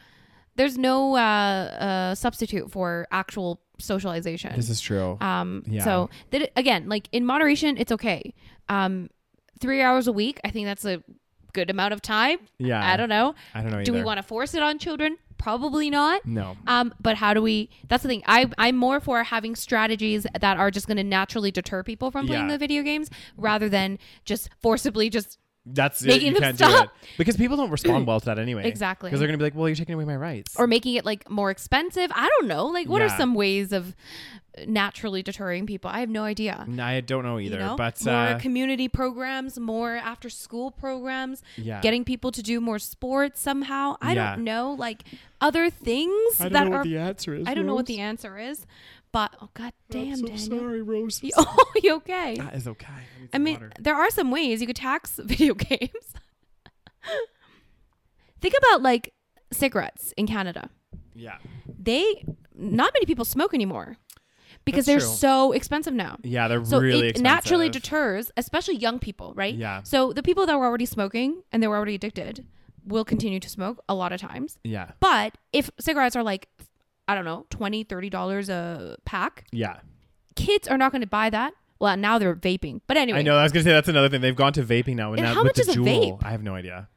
Speaker 1: there's no uh, uh substitute for actual socialization.
Speaker 2: This is true.
Speaker 1: Um,
Speaker 2: Yeah.
Speaker 1: So that it- again, like in moderation, it's okay. Um, three hours a week, I think that's a good amount of time.
Speaker 2: yeah.
Speaker 1: I don't know.
Speaker 2: I don't know
Speaker 1: Do we
Speaker 2: either.
Speaker 1: want to force it on children? Probably not.
Speaker 2: No.
Speaker 1: Um, but how do we? That's the thing. I I'm more for having strategies that are just going to naturally deter people from playing
Speaker 2: Yeah.
Speaker 1: the video games rather than just forcibly just
Speaker 2: That's it.
Speaker 1: Making
Speaker 2: You
Speaker 1: them
Speaker 2: can't do it.
Speaker 1: stop.
Speaker 2: Because people don't respond well to that anyway.
Speaker 1: Exactly.
Speaker 2: Because they're gonna be like, Well, you're taking away my rights.
Speaker 1: or making it like more expensive. I don't know. Like, what
Speaker 2: Yeah.
Speaker 1: are some ways of naturally deterring people? I have no idea.
Speaker 2: I don't know either.
Speaker 1: you know?
Speaker 2: But
Speaker 1: more
Speaker 2: uh,
Speaker 1: community programs, more after school programs,
Speaker 2: Yeah.
Speaker 1: getting people to do more sports somehow. I
Speaker 2: Yeah.
Speaker 1: don't know, like other things that are.
Speaker 2: answer is.
Speaker 1: I don't know what the answer is, but oh god damn, Daniel. [laughs]
Speaker 2: Rose.
Speaker 1: You- Oh, [laughs] you okay?
Speaker 2: [laughs] That is okay. need
Speaker 1: I
Speaker 2: some
Speaker 1: mean,
Speaker 2: water.
Speaker 1: there are some ways you could tax [laughs] video games. Think about like cigarettes in Canada.
Speaker 2: yeah,
Speaker 1: They not many people smoke anymore because
Speaker 2: That's
Speaker 1: they're
Speaker 2: true.
Speaker 1: so expensive now.
Speaker 2: yeah, they're
Speaker 1: So
Speaker 2: really
Speaker 1: it
Speaker 2: expensive.
Speaker 1: naturally deters, especially young people, right?
Speaker 2: Yeah.
Speaker 1: So the people that were already smoking and they were already addicted will continue to smoke a lot of times.
Speaker 2: yeah,
Speaker 1: But if cigarettes are like, I don't know, 20 $30 a pack,
Speaker 2: yeah.
Speaker 1: kids are not going to buy that. Well, now they're vaping. But anyway,
Speaker 2: I know. I was gonna say that's another thing. They've gone to vaping now. And
Speaker 1: And
Speaker 2: now
Speaker 1: how
Speaker 2: with
Speaker 1: much
Speaker 2: the
Speaker 1: is a
Speaker 2: Juul,
Speaker 1: vape?
Speaker 2: I have no idea.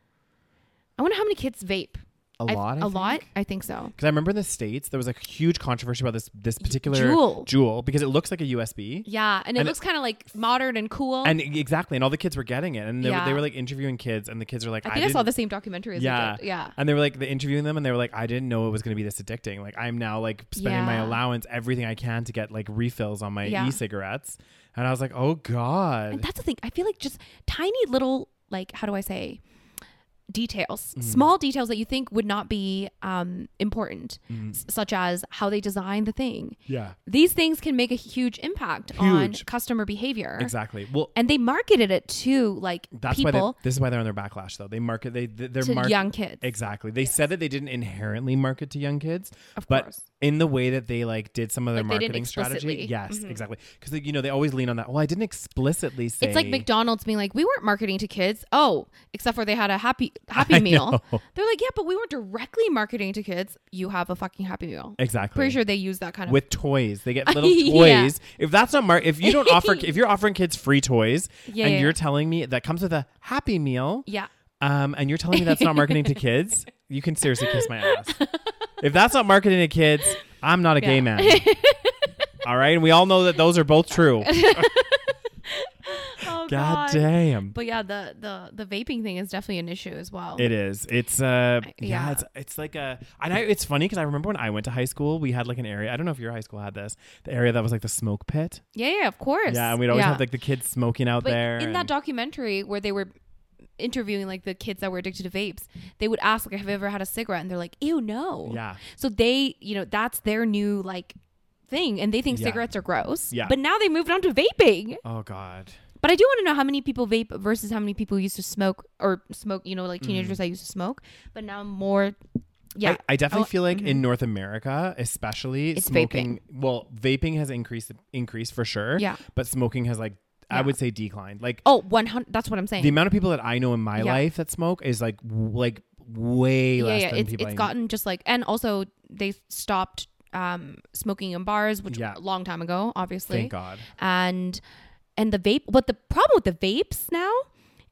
Speaker 1: I wonder how many kids vape.
Speaker 2: A
Speaker 1: I've-
Speaker 2: lot.
Speaker 1: a lot? I think so.
Speaker 2: Because I remember in the states there was like huge controversy about this this particular
Speaker 1: Juul.
Speaker 2: because it looks like a USB.
Speaker 1: Yeah. And it
Speaker 2: And-
Speaker 1: looks kind of like modern and cool.
Speaker 2: And e-, exactly, and all the kids were getting it, and they, were,
Speaker 1: Yeah.
Speaker 2: they were like interviewing kids, and the kids were like,
Speaker 1: I think I, saw
Speaker 2: didn't-
Speaker 1: the same documentary as
Speaker 2: Yeah.
Speaker 1: you did. Yeah.
Speaker 2: And they were like they interviewing them and they were like, I didn't know it was gonna be this addicting. Like I'm now like spending my
Speaker 1: Yeah.
Speaker 2: allowance, everything I can to get like refills on my
Speaker 1: Yeah.
Speaker 2: e cigarettes. And I was like, Oh God.
Speaker 1: And that's the thing. I feel like just tiny little, like, how do I say,
Speaker 2: Mm.
Speaker 1: details, small details that you think would not be um, important,
Speaker 2: Mm.
Speaker 1: s- such as how they design the thing.
Speaker 2: yeah.
Speaker 1: These things can make a huge impact on
Speaker 2: Huge.
Speaker 1: customer behavior.
Speaker 2: Exactly. Well
Speaker 1: And they marketed it to like
Speaker 2: that's why they,
Speaker 1: people
Speaker 2: this is why they're on their backlash though. They market they th- they're
Speaker 1: to
Speaker 2: market
Speaker 1: young kids.
Speaker 2: Exactly. They said that they didn't inherently market to young kids,
Speaker 1: Of
Speaker 2: but
Speaker 1: course.
Speaker 2: in the way that they like did some of their
Speaker 1: Like, they didn't
Speaker 2: marketing strategy.
Speaker 1: explicitly. Mm-hmm.
Speaker 2: Yes, exactly. Because you know they always lean on that. Well, I didn't explicitly say
Speaker 1: It's like McDonald's being like, we weren't marketing to kids. Oh, except for they had a happy
Speaker 2: [laughs]
Speaker 1: happy
Speaker 2: I
Speaker 1: meal.
Speaker 2: know.
Speaker 1: They're like, yeah, but we weren't directly marketing to kids. You have a fucking happy meal.
Speaker 2: Exactly.
Speaker 1: Pretty sure they use that kind
Speaker 2: [laughs]
Speaker 1: of
Speaker 2: with toys. They get little
Speaker 1: [laughs] Yeah.
Speaker 2: toys. If that's not mar- if you don't
Speaker 1: [laughs]
Speaker 2: offer if you're offering kids free toys
Speaker 1: Yeah,
Speaker 2: and
Speaker 1: yeah.
Speaker 2: you're telling me that comes with a happy meal,
Speaker 1: yeah.
Speaker 2: um, and you're telling me that's not marketing to
Speaker 1: [laughs]
Speaker 2: kids, you can seriously kiss my ass. if that's not marketing to kids, I'm not a gay
Speaker 1: Yeah. [laughs]
Speaker 2: man. All right, and we all know that those are both true.
Speaker 1: Oh
Speaker 2: God damn.
Speaker 1: But yeah, the the the vaping thing is definitely an issue as well.
Speaker 2: It is. It's uh yeah,
Speaker 1: yeah.
Speaker 2: it's it's like a and I, it's funny cuz I remember when I went to high school, we had like an area. I don't know if your high school had this. The area that was like the smoke pit.
Speaker 1: yeah, yeah, of course.
Speaker 2: Yeah, and we'd always have like the kids smoking out
Speaker 1: But
Speaker 2: there.
Speaker 1: in that
Speaker 2: and-
Speaker 1: documentary where they were interviewing like the kids that were addicted to vapes, they would ask like, "Have you ever had a cigarette?" And they're like, "Ew, no."
Speaker 2: Yeah.
Speaker 1: So they, you know, that's their new like thing, and they think
Speaker 2: Yeah.
Speaker 1: cigarettes are gross.
Speaker 2: Yeah.
Speaker 1: But now they moved on to vaping.
Speaker 2: Oh God.
Speaker 1: But I do want to know how many people vape versus how many people used to smoke or smoke. You know, like teenagers that used to smoke, but now more. Yeah.
Speaker 2: Mm. I, I definitely
Speaker 1: Oh,
Speaker 2: feel like in North America, especially
Speaker 1: It's
Speaker 2: smoking. Well, vaping has increased increased for sure.
Speaker 1: Yeah.
Speaker 2: But smoking has like I
Speaker 1: Yeah.
Speaker 2: would say declined. Like
Speaker 1: oh, one hundred. That's what I'm saying.
Speaker 2: the amount of people that I know in my
Speaker 1: Yeah.
Speaker 2: life that smoke is like w- like way less than
Speaker 1: it's,
Speaker 2: people.
Speaker 1: it's
Speaker 2: I-
Speaker 1: gotten just like and also they stopped um smoking in bars which
Speaker 2: Yeah.
Speaker 1: a long time ago obviously
Speaker 2: Thank God.
Speaker 1: and and the vape but the problem with the vapes now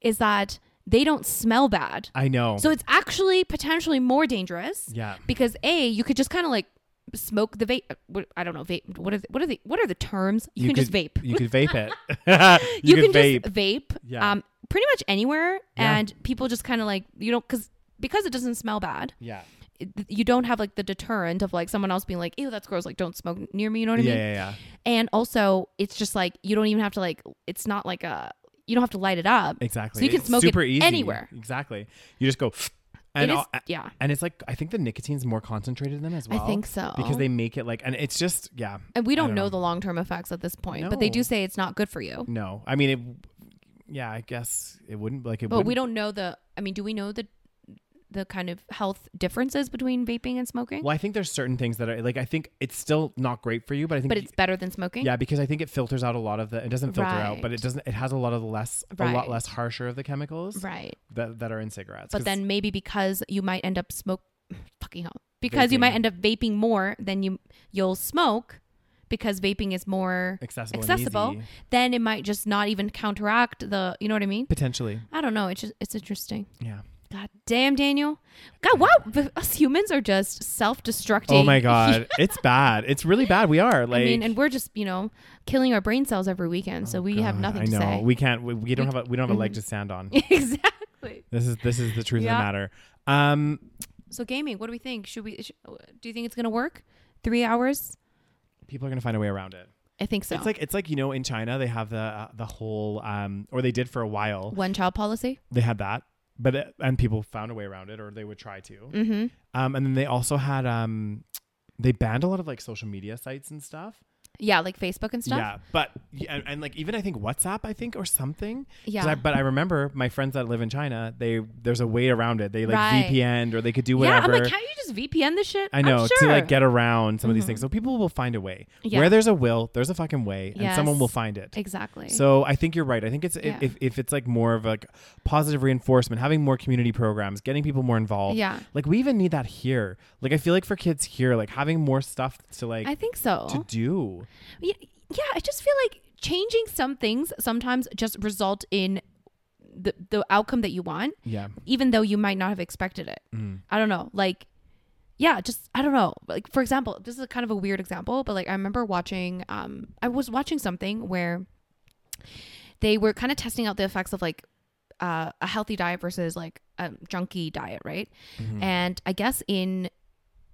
Speaker 1: is that they don't smell bad
Speaker 2: I know.
Speaker 1: so it's actually potentially more dangerous
Speaker 2: yeah.
Speaker 1: because a you could just kind of like smoke the vape uh, what, i don't know vape what are the, what are the what are the terms you, can just
Speaker 2: could-
Speaker 1: vape
Speaker 2: You could vape
Speaker 1: [laughs]
Speaker 2: it. [laughs] you, could vape.
Speaker 1: just vape
Speaker 2: Yeah.
Speaker 1: um pretty much anywhere
Speaker 2: Yeah.
Speaker 1: and people just kind of like you know because because it doesn't smell bad
Speaker 2: yeah.
Speaker 1: it- you don't have like the deterrent of like someone else being like, ew, that's gross. Like, don't smoke near me. You know what I
Speaker 2: Yeah,
Speaker 1: mean?
Speaker 2: yeah, yeah.
Speaker 1: And also, it's just like you don't even have to like. It's not like a you don't have to light it up.
Speaker 2: Exactly.
Speaker 1: So you can
Speaker 2: It's
Speaker 1: smoke it
Speaker 2: super easy.
Speaker 1: anywhere.
Speaker 2: Exactly. You just go [sniffs] And
Speaker 1: it is,
Speaker 2: all-
Speaker 1: yeah.
Speaker 2: and it's like I think the nicotine's more concentrated in them as
Speaker 1: I
Speaker 2: well.
Speaker 1: think so.
Speaker 2: because they make it like, and it's just yeah.
Speaker 1: And we
Speaker 2: I
Speaker 1: don't,
Speaker 2: don't
Speaker 1: know,
Speaker 2: know.
Speaker 1: the long term effects at this point, but they
Speaker 2: No. Mm,
Speaker 1: do say it's not good for you.
Speaker 2: No, I mean it. Yeah, I guess it wouldn't like it.
Speaker 1: But we
Speaker 2: wouldn't-
Speaker 1: don't know the. I mean, do we know the the kind of health differences between vaping and smoking?
Speaker 2: Well, I think there's certain things that are like I think it's still not great for you, but I think
Speaker 1: but it's better than smoking.
Speaker 2: yeah, because I think it filters out a lot of the. It doesn't filter out, but
Speaker 1: Right.
Speaker 2: it doesn't. It has a lot of the less, a lot
Speaker 1: Right.
Speaker 2: less harsher of the chemicals
Speaker 1: Right.
Speaker 2: that that are in cigarettes.
Speaker 1: But
Speaker 2: 'Cause-
Speaker 1: then maybe because you might end up smoke [laughs] fucking hell. Because you
Speaker 2: Vaping.
Speaker 1: might end up vaping more than you you'll smoke because vaping is more
Speaker 2: accessible, and
Speaker 1: accessible,
Speaker 2: easy.
Speaker 1: then it might just not even counteract the, you know what I mean?
Speaker 2: potentially.
Speaker 1: I don't know, it's just it's interesting.
Speaker 2: Yeah.
Speaker 1: God damn, Daniel. God, wow, us humans are just
Speaker 2: Oh
Speaker 1: self-destructing. [laughs]
Speaker 2: my god, it's bad. It's really bad. We are
Speaker 1: I
Speaker 2: like. Oh
Speaker 1: mean, and we're just, you know, killing our brain cells every weekend, so we have
Speaker 2: God,
Speaker 1: nothing
Speaker 2: I
Speaker 1: to
Speaker 2: know.
Speaker 1: say.
Speaker 2: We can't. We, we don't have. A, we don't have a
Speaker 1: [laughs]
Speaker 2: leg to stand on.
Speaker 1: exactly.
Speaker 2: This is this is the truth
Speaker 1: Yeah.
Speaker 2: of the matter. Um,
Speaker 1: So gaming, what do we think? Should we sh- do you think it's going to work? 3 hours?
Speaker 2: people are gonna find a way around it.
Speaker 1: I think so.
Speaker 2: It's like it's like you know in China they have the uh, the whole um or they did for a while
Speaker 1: one child policy.
Speaker 2: they had that but it, and people found a way around it or they would try to
Speaker 1: Mm-hmm.
Speaker 2: um and then they also had um they banned a lot of like social media sites and stuff
Speaker 1: Yeah, like Facebook and stuff.
Speaker 2: yeah but yeah, and, and like even I think WhatsApp I think or something 'Cause
Speaker 1: Yeah.
Speaker 2: I, but I remember my friends that live in China they there's a way around it they like
Speaker 1: Right.
Speaker 2: VPN or they could do
Speaker 1: Yeah,
Speaker 2: whatever
Speaker 1: I'm like, can't you just VPN this shit?
Speaker 2: I know
Speaker 1: I'm sure. Mm-hmm.
Speaker 2: to like get around some of these things so people will find a way
Speaker 1: Yeah.
Speaker 2: where there's a will there's a fucking way and someone
Speaker 1: Yes.
Speaker 2: will find it
Speaker 1: exactly.
Speaker 2: So I think you're right. I think it's
Speaker 1: Yeah.
Speaker 2: if, if it's like more of like positive reinforcement, having more community programs, getting people more involved.
Speaker 1: yeah,
Speaker 2: Like we even need that here. Like I feel like for kids here, like having more stuff to like
Speaker 1: I think so.
Speaker 2: to do.
Speaker 1: Y- yeah, I just feel like changing some things sometimes just result in the the outcome that you want,
Speaker 2: Yeah.
Speaker 1: even though you might not have expected it.
Speaker 2: Mm.
Speaker 1: I don't know, like. Yeah, just I don't know. Like for example, this is kind of a weird example, but like I remember watching um I was watching something where they were kind of testing out the effects of like uh, a healthy diet versus like a junky diet, right?
Speaker 2: Mm-hmm.
Speaker 1: And I guess in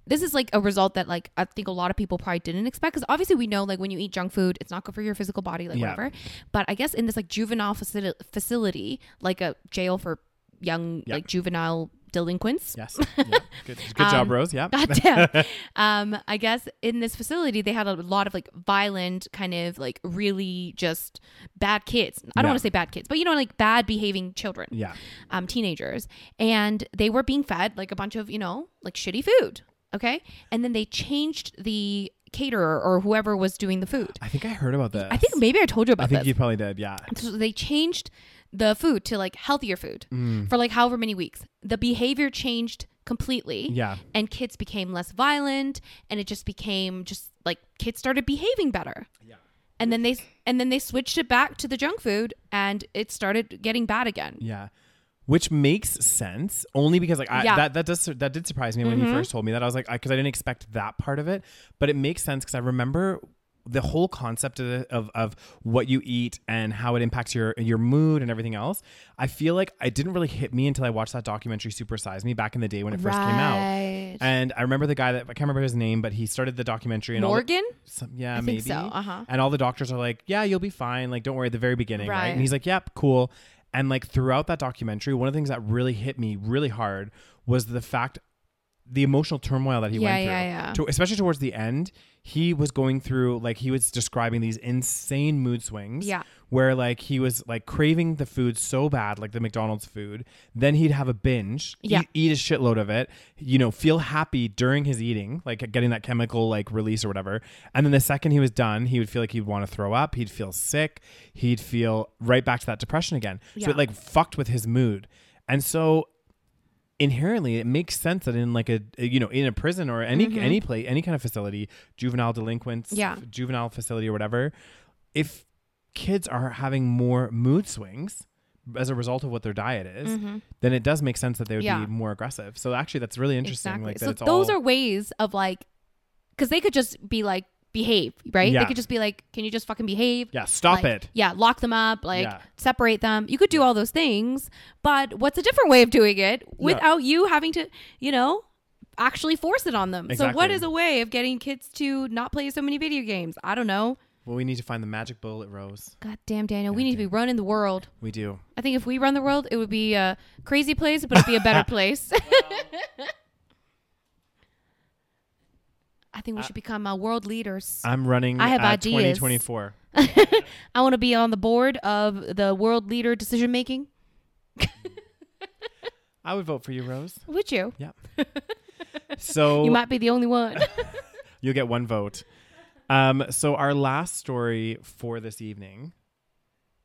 Speaker 1: this is like a result that like I think a lot of people probably didn't expect because obviously we know like when you eat junk food, it's not good for your physical body, like
Speaker 2: Yeah.
Speaker 1: whatever. But I guess in this like juvenile facility, facility like a jail for young
Speaker 2: Yeah.
Speaker 1: like juvenile delinquents. [laughs]
Speaker 2: Yes. Yeah. Good, good job,
Speaker 1: Um,
Speaker 2: Rose. Yeah.
Speaker 1: Goddamn. um, I guess in this facility they had a lot of like violent, kind of like really just bad kids. I don't
Speaker 2: Yeah.
Speaker 1: want to say bad kids, but you know, like bad behaving children,
Speaker 2: [laughs] Yeah.
Speaker 1: um, teenagers, and they were being fed like a bunch of you know like shitty food. Okay, and then they changed the caterer or whoever was doing the food.
Speaker 2: I think I heard about this.
Speaker 1: I think maybe I told you
Speaker 2: I
Speaker 1: about
Speaker 2: think
Speaker 1: this.
Speaker 2: you probably did. Yeah.
Speaker 1: So they changed the food to like healthier food
Speaker 2: Mm.
Speaker 1: for like however many weeks. The behavior changed completely
Speaker 2: Yeah.
Speaker 1: and kids became less violent and it just became just like kids started behaving better
Speaker 2: Yeah.
Speaker 1: and then they and then they switched it back to the junk food and it started getting bad again
Speaker 2: Yeah. Which makes sense only because like I,
Speaker 1: Yeah. Mm-hmm.
Speaker 2: that that does sur- that did surprise me when you first told me that I was like because I, didn't expect that part of it, but it makes sense because I remember the whole concept of, the, of of what you eat and how it impacts your your mood and everything else. I feel like it didn't really hit me until I watched that documentary Super Size Me back in the day when it first came out. And I remember the guy that I can't remember his name, but he started the documentary and all the-
Speaker 1: Morgan
Speaker 2: some, yeah,
Speaker 1: I
Speaker 2: maybe.
Speaker 1: think so, uh-huh.
Speaker 2: And all the doctors are like, "Yeah, you'll be fine. Like, don't worry." At the very beginning, right?
Speaker 1: Right.
Speaker 2: And he's like, "Yep, cool." And like throughout that documentary, one of the things that really hit me really hard was the fact, the emotional turmoil that he
Speaker 1: Yeah,
Speaker 2: went through.
Speaker 1: yeah, yeah.
Speaker 2: To- especially towards the end, he was going through like he was describing these insane mood swings.
Speaker 1: Yeah.
Speaker 2: Where like he was like craving the food so bad, like the McDonald's food, then he'd have a binge, e-,
Speaker 1: Yeah.
Speaker 2: eat, eat a shitload of it, you know, feel happy during his eating, like getting that chemical like release or whatever. And then the second he was done, he would feel like he'd want to throw up, he'd feel sick, he'd feel right back to that depression again. So
Speaker 1: Yeah.
Speaker 2: it like fucked with his mood. And so inherently it makes sense that in like a you know in a prison or any any place any kind of facility juvenile delinquents
Speaker 1: Mm-hmm. Yeah.
Speaker 2: juvenile facility or whatever if kids are having more mood swings as a result of what their diet is then it does make sense that they would
Speaker 1: Mm-hmm. Yeah.
Speaker 2: be more aggressive so actually that's really interesting
Speaker 1: exactly
Speaker 2: like that
Speaker 1: so
Speaker 2: it's
Speaker 1: those
Speaker 2: all
Speaker 1: are ways of like because they could just be like behave right
Speaker 2: Yeah.
Speaker 1: they could just be like can you just fucking behave
Speaker 2: yeah stop
Speaker 1: Like,
Speaker 2: it
Speaker 1: Yeah, lock them up, like
Speaker 2: Yeah.
Speaker 1: separate them. You could do all those things, but what's a different way of doing it without you having to, you know, actually force it on them? So what
Speaker 2: Exactly.
Speaker 1: is a way of getting kids to not play so many video games? I don't know.
Speaker 2: Well, we need to find the magic bullet, Rose.
Speaker 1: God damn, Daniel, we need to be running the world.
Speaker 2: We do.
Speaker 1: I think if we run the world, it would be a crazy place, but it'd be a
Speaker 2: [laughs]
Speaker 1: better place. [laughs] I think we should become uh, world leaders.
Speaker 2: I'm running.
Speaker 1: I have
Speaker 2: uh,
Speaker 1: ideas.
Speaker 2: 2024.
Speaker 1: I want to be on the board of the world leader decision making.
Speaker 2: I would vote for you,
Speaker 1: [laughs]
Speaker 2: Rose.
Speaker 1: Would you?
Speaker 2: So
Speaker 1: You might be the
Speaker 2: [laughs]
Speaker 1: only one.
Speaker 2: You'll get one vote. Um, so our last story for this evening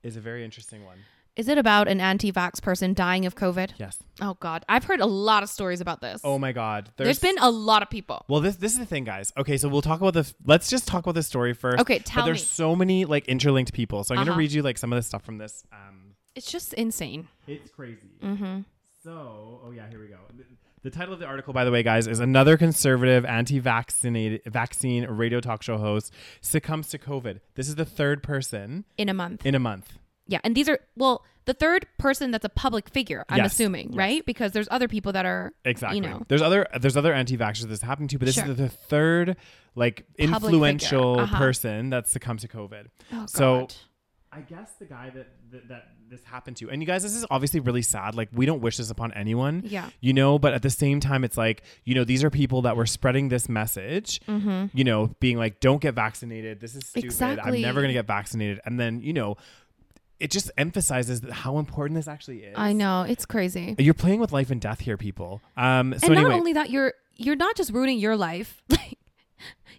Speaker 2: is a very interesting one.
Speaker 1: Is it about an anti-vax person dying of COVID?
Speaker 2: Yes.
Speaker 1: Oh God, I've heard a lot of stories about this.
Speaker 2: Oh my God.
Speaker 1: there's been a lot of people.
Speaker 2: Well, this this is the thing, guys. Okay, so we'll talk about the. Let's just talk about this story first.
Speaker 1: Okay, tell
Speaker 2: But there's
Speaker 1: me.
Speaker 2: so many like interlinked people, so I'm
Speaker 1: Uh-huh.
Speaker 2: gonna read you like some of the stuff from this. Um,
Speaker 1: It's just insane.
Speaker 2: it's crazy.
Speaker 1: Mm-hmm.
Speaker 2: So, oh yeah, here we go. The- The title of the article, by the way, guys, is another conservative anti-vaccinated vaccine radio talk show host succumbs to COVID. This is the third person
Speaker 1: In a month.
Speaker 2: in a month.
Speaker 1: Yeah, and these are well, the third person that's a public figure. I'm
Speaker 2: Yes,
Speaker 1: assuming,
Speaker 2: yes.
Speaker 1: right? Because there's other people that are
Speaker 2: Exactly.
Speaker 1: You know,
Speaker 2: There's other there's other anti-vaxxers that's happened to, but this
Speaker 1: Sure.
Speaker 2: is the third like
Speaker 1: figure.
Speaker 2: influential
Speaker 1: Uh-huh.
Speaker 2: person that's succumbed to COVID.
Speaker 1: oh,
Speaker 2: so-
Speaker 1: God.
Speaker 2: I guess the guy that, that that this happened to, and you guys, this is obviously really sad. Like we don't wish this upon anyone.
Speaker 1: Yeah.
Speaker 2: You know, but at the same time, it's like you know these are people that were spreading this message. You know, being like, "Don't get vaccinated. This is stupid.
Speaker 1: Mm-hmm. Exactly.
Speaker 2: I'm never gonna get vaccinated." And then you know, it just emphasizes that how important this actually is.
Speaker 1: I know it's crazy.
Speaker 2: You're playing with life and death here, people. Um. So
Speaker 1: and
Speaker 2: anyway,
Speaker 1: not only that, you're you're not just ruining your life. [laughs] Like,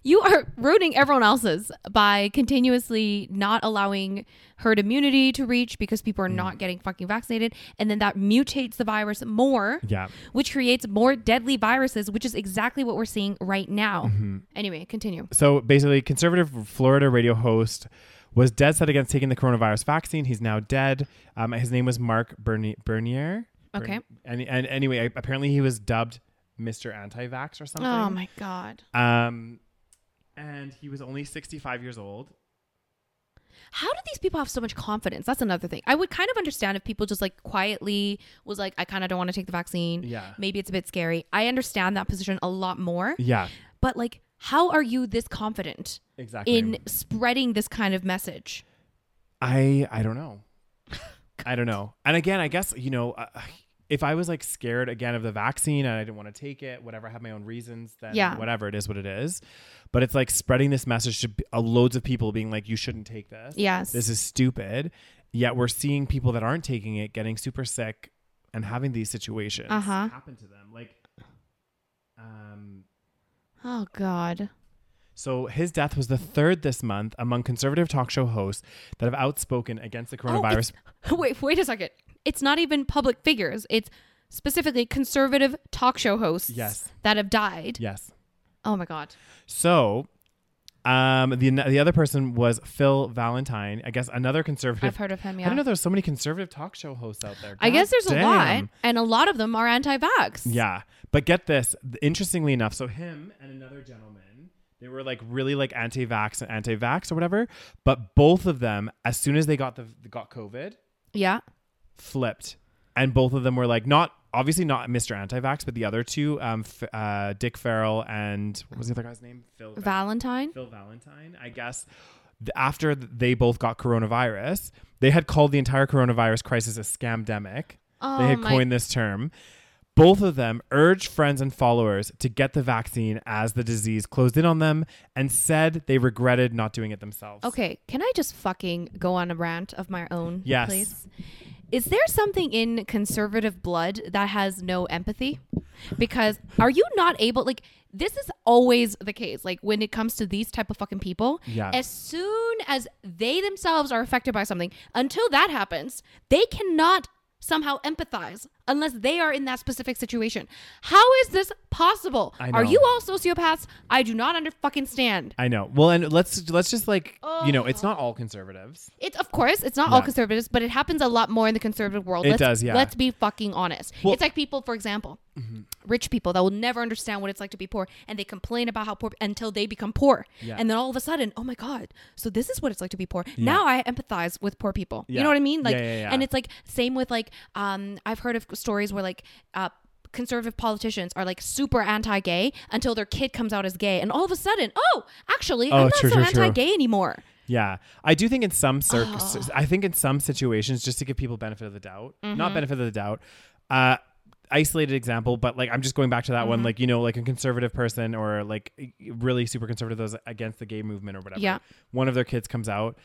Speaker 1: You are ruining everyone else's by continuously not allowing herd immunity to reach because people are
Speaker 2: Mm.
Speaker 1: not getting fucking vaccinated. And then that mutates the virus more,
Speaker 2: yeah.
Speaker 1: which creates more deadly viruses, which is exactly what we're seeing right now.
Speaker 2: Mm-hmm.
Speaker 1: Anyway, continue.
Speaker 2: So basically, conservative Florida radio host was dead set against taking the coronavirus vaccine. He's now dead. Um, his name was Mark Berni- Bernier.
Speaker 1: Okay.
Speaker 2: Bern- and, and anyway, apparently he was dubbed Mr. Anti-Vax or something.
Speaker 1: Oh my God.
Speaker 2: Um, and he was only 65 years old.
Speaker 1: How do these people have so much confidence? That's another thing. I would kind of understand if people just like quietly was like, I kind of don't want to take the vaccine.
Speaker 2: Yeah.
Speaker 1: Maybe it's a bit scary. I understand that position a lot more.
Speaker 2: Yeah,
Speaker 1: But like, how are you this confident
Speaker 2: exactly.
Speaker 1: in spreading this kind of message?
Speaker 2: I I don't
Speaker 1: [laughs]
Speaker 2: know. I don't know. And again, I guess you know, uh, if I was like scared again of the vaccine and I didn't want to take it, whatever, I have my own reasons. Then
Speaker 1: Yeah.
Speaker 2: whatever it is, what it is. But it's like spreading this message to uh, loads of people, being like, you shouldn't take this.
Speaker 1: Yes.
Speaker 2: This is stupid. Yet we're seeing people that aren't taking it getting super sick and having these situations
Speaker 1: Uh-huh.
Speaker 2: happen to them. Like, um,
Speaker 1: oh God.
Speaker 2: so his death was the third this month among conservative talk show hosts that have outspoken against
Speaker 1: Oh,
Speaker 2: the coronavirus.
Speaker 1: [laughs] Wait, wait a second. It's not even public figures. It's specifically conservative talk show hosts
Speaker 2: Yes.
Speaker 1: that have died.
Speaker 2: yes.
Speaker 1: Oh my God.
Speaker 2: So, um, the the other person was Phil Valentine. I guess another conservative.
Speaker 1: I've heard of him.
Speaker 2: I
Speaker 1: Yeah.
Speaker 2: don't know. There's so many conservative talk show hosts out there.
Speaker 1: I guess
Speaker 2: God
Speaker 1: there's a lot,
Speaker 2: damn.
Speaker 1: and a lot of them are anti-vax.
Speaker 2: Yeah, but get this. Interestingly enough, so him and another gentleman, they were like really like anti-vax and anti-vax or whatever. But both of them, as soon as they got the got COVID,
Speaker 1: Yeah.
Speaker 2: flipped, and both of them were like not. Obviously not Mr. Anti-Vax, but the other two, um, F- uh, Dick Farrell and what was the other guy's name? Phil.
Speaker 1: Valentine.
Speaker 2: Phil Valentine, I guess, th- after th- they both got coronavirus, they had called the entire coronavirus crisis a scamdemic.
Speaker 1: Oh
Speaker 2: they had
Speaker 1: my-
Speaker 2: coined this term. Both of them urged friends and followers to get the vaccine as the disease closed in on them and said they regretted not doing it themselves.
Speaker 1: Okay, can I just fucking go on a rant of my own,
Speaker 2: Yes.
Speaker 1: please? Is there something in conservative blood that has no empathy? Because are you not able like this is always the case like when it comes to these type of fucking people
Speaker 2: Yeah.
Speaker 1: as soon as they themselves are affected by something until that happens they cannot somehow empathize unless they are in that specific situation how is this possible
Speaker 2: I
Speaker 1: are
Speaker 2: know.
Speaker 1: you all sociopaths i do not under fucking stand
Speaker 2: I know. Well, and let's let's just like you know,
Speaker 1: Oh.
Speaker 2: it's not all conservatives.
Speaker 1: It's of course it's not all
Speaker 2: Yeah.
Speaker 1: conservatives, but it happens a lot more in the conservative world.
Speaker 2: It
Speaker 1: let's,
Speaker 2: does, yeah.
Speaker 1: Let's be fucking honest.
Speaker 2: Well- Mm-hmm.
Speaker 1: it's like people, for example, rich people that will never understand what it's like to be poor, and they complain about how poor until they become poor,
Speaker 2: Yeah.
Speaker 1: and then all of a sudden, oh my god, so this is what it's like to be poor. Now I empathize with poor people. You
Speaker 2: Yeah.
Speaker 1: know what I mean? Like,
Speaker 2: Yeah, yeah, yeah.
Speaker 1: and it's like same with like um, I've heard of stories where like. Uh, conservative politicians are like super anti-gay until their kid comes out as gay and all of a sudden oh actually
Speaker 2: Oh,
Speaker 1: i'm not
Speaker 2: true,
Speaker 1: so
Speaker 2: true, true.
Speaker 1: anti-gay anymore
Speaker 2: Yeah, I do think in some cir-
Speaker 1: Oh.
Speaker 2: I think in some situations, just to give people benefit of the doubt,
Speaker 1: Mm-hmm.
Speaker 2: not benefit of the doubt, uh, isolated example, but like I'm just going back to that one,
Speaker 1: Mm-hmm.
Speaker 2: like you know, like a conservative person or like really super conservative, those against the gay movement or whatever.
Speaker 1: Yeah.
Speaker 2: one of their kids comes out.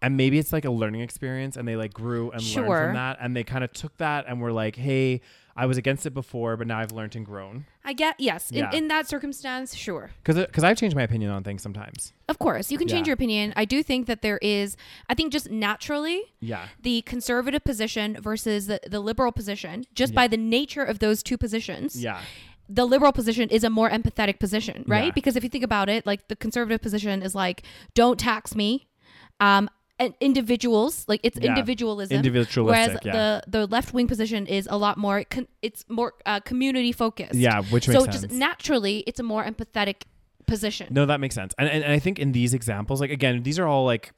Speaker 2: And maybe it's like a learning experience and they like grew and learned
Speaker 1: Sure.
Speaker 2: from that. And they kind of took that and were like, hey, I was against it before, but now I've learned and grown.
Speaker 1: I get yes.
Speaker 2: Yeah.
Speaker 1: In, in that circumstance, sure.
Speaker 2: Because I've changed my opinion on things sometimes.
Speaker 1: Of course, you can change
Speaker 2: Yeah.
Speaker 1: your opinion. I do think that there is, I think just naturally,
Speaker 2: Yeah.
Speaker 1: the conservative position versus the, the liberal position, just by the nature of those two positions,
Speaker 2: Yeah.
Speaker 1: the liberal position is a more empathetic position, right?
Speaker 2: Yeah.
Speaker 1: Because if you think about it, like the conservative position is like, don't tax me. Um, and individuals, like it's
Speaker 2: Yeah.
Speaker 1: individualism.
Speaker 2: Individualistic,
Speaker 1: Whereas
Speaker 2: yeah.
Speaker 1: the, the left wing position is a lot more, con- it's more uh, community focused.
Speaker 2: Yeah, which
Speaker 1: so
Speaker 2: makes
Speaker 1: just
Speaker 2: sense.
Speaker 1: naturally, it's a more empathetic position.
Speaker 2: No, that makes sense. And, and and I think in these examples, like again, these are all like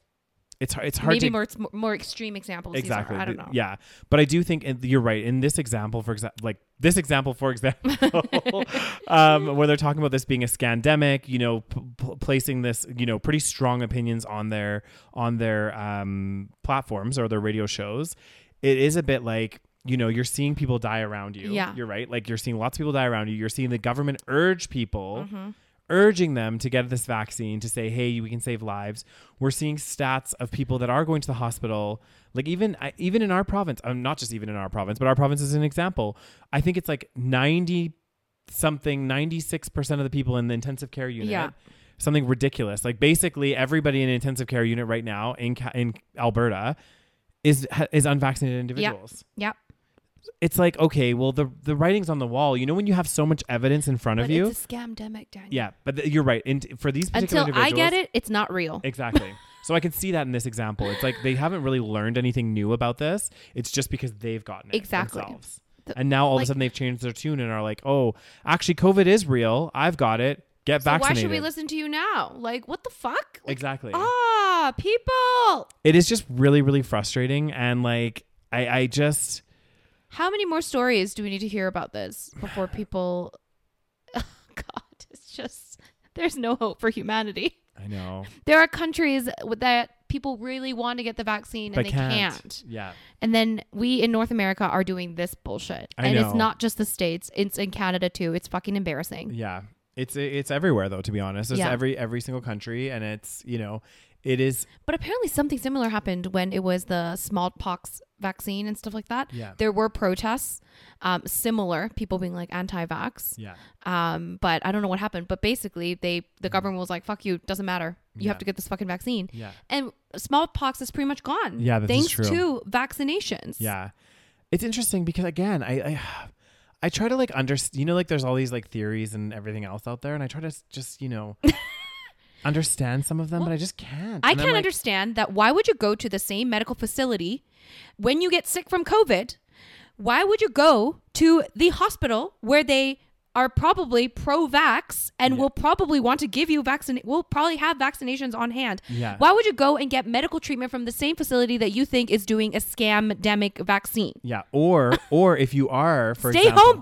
Speaker 2: it's hard- it's hard
Speaker 1: Maybe
Speaker 2: to
Speaker 1: more, it's more more extreme examples. these are.
Speaker 2: exactly.
Speaker 1: I don't
Speaker 2: th-
Speaker 1: know.
Speaker 2: Yeah, but I do think in- you're right. In this example, for example, like this example, for
Speaker 1: [laughs]
Speaker 2: example, um, where they're talking about this being a scandemic, you know, p- p- placing this, you know, pretty strong opinions on their on their um, platforms or their radio shows. It is a bit like. You know, you're seeing people die around you.
Speaker 1: Yeah.
Speaker 2: You're right. Like, you're seeing lots of people die around you. You're seeing the government urge people
Speaker 1: Mm-hmm.
Speaker 2: urging them to get this vaccine to say, hey, we can save lives. We're seeing stats of people that are going to the hospital. Like even I- even in our province, um, not just even in our province, but our province is an example. I think it's like ninety something, ninety six percent of the people in the intensive care unit.
Speaker 1: Yeah.
Speaker 2: Something ridiculous. Like basically everybody in an intensive care unit right now in Ca- in Alberta is ha- is unvaccinated individuals
Speaker 1: Yep.
Speaker 2: it's like okay well the the writing's on the wall you know when you have so much evidence in front
Speaker 1: But
Speaker 2: of you
Speaker 1: it's a scamdemic, Daniel.
Speaker 2: yeah but th- you're right and t- for these particular
Speaker 1: Until I get
Speaker 2: individuals-
Speaker 1: it, it's not real.
Speaker 2: exactly so i can see that in this example it's like they haven't really learned anything new about this it's just because they've gotten it
Speaker 1: Exactly.
Speaker 2: themselves and now all of a
Speaker 1: like-
Speaker 2: sudden they've changed their tune and are like oh actually covid is real i've got it get
Speaker 1: So why
Speaker 2: vaccinated
Speaker 1: should we listen to you now? Like, what the fuck? Like,
Speaker 2: exactly
Speaker 1: Ah, people.
Speaker 2: it is just really really frustrating and like i i just
Speaker 1: How many more stories do we need to hear about this before people? [sighs] Oh, God, it's just there's no hope for humanity.
Speaker 2: i know
Speaker 1: There are countries with that people really want to get the vaccine
Speaker 2: but
Speaker 1: and they
Speaker 2: can't.
Speaker 1: can't.
Speaker 2: yeah
Speaker 1: And then we in North America are doing this bullshit.
Speaker 2: I
Speaker 1: and
Speaker 2: know.
Speaker 1: it's not just the states; it's in Canada too. It's fucking embarrassing.
Speaker 2: Yeah. It's it's everywhere though, to be honest. It's
Speaker 1: Yeah.
Speaker 2: every every single country and it's, you know, it is
Speaker 1: But apparently something similar happened when it was the smallpox vaccine and stuff like that.
Speaker 2: Yeah.
Speaker 1: There were protests, um, similar, people being like anti-vax.
Speaker 2: yeah.
Speaker 1: Um, but I don't know what happened. But basically they the government was like, fuck you, doesn't matter. You
Speaker 2: Mm. Yeah.
Speaker 1: have to get this fucking vaccine.
Speaker 2: Yeah.
Speaker 1: And smallpox is pretty much gone.
Speaker 2: Yeah, this is
Speaker 1: Thanks
Speaker 2: true.
Speaker 1: to vaccinations.
Speaker 2: Yeah. It's interesting because again, I [sighs] I, I try to like understand, you know, like there's all these like theories and everything else out there and I try to s- just, you
Speaker 1: [laughs]
Speaker 2: know, understand some of them, but I just can't. And
Speaker 1: I
Speaker 2: I'm
Speaker 1: can't
Speaker 2: like,
Speaker 1: understand that why would you go to the same medical facility when you get sick from COVID? Why would you go to the hospital where they are probably pro-vax and will probably want to give you vaccine will probably have vaccinations on hand.
Speaker 2: Yeah.
Speaker 1: Why would you go and get medical treatment from the same facility that you think is doing a scamdemic vaccine?
Speaker 2: Yeah, or or if you are, for
Speaker 1: [laughs] Stay
Speaker 2: example,
Speaker 1: home,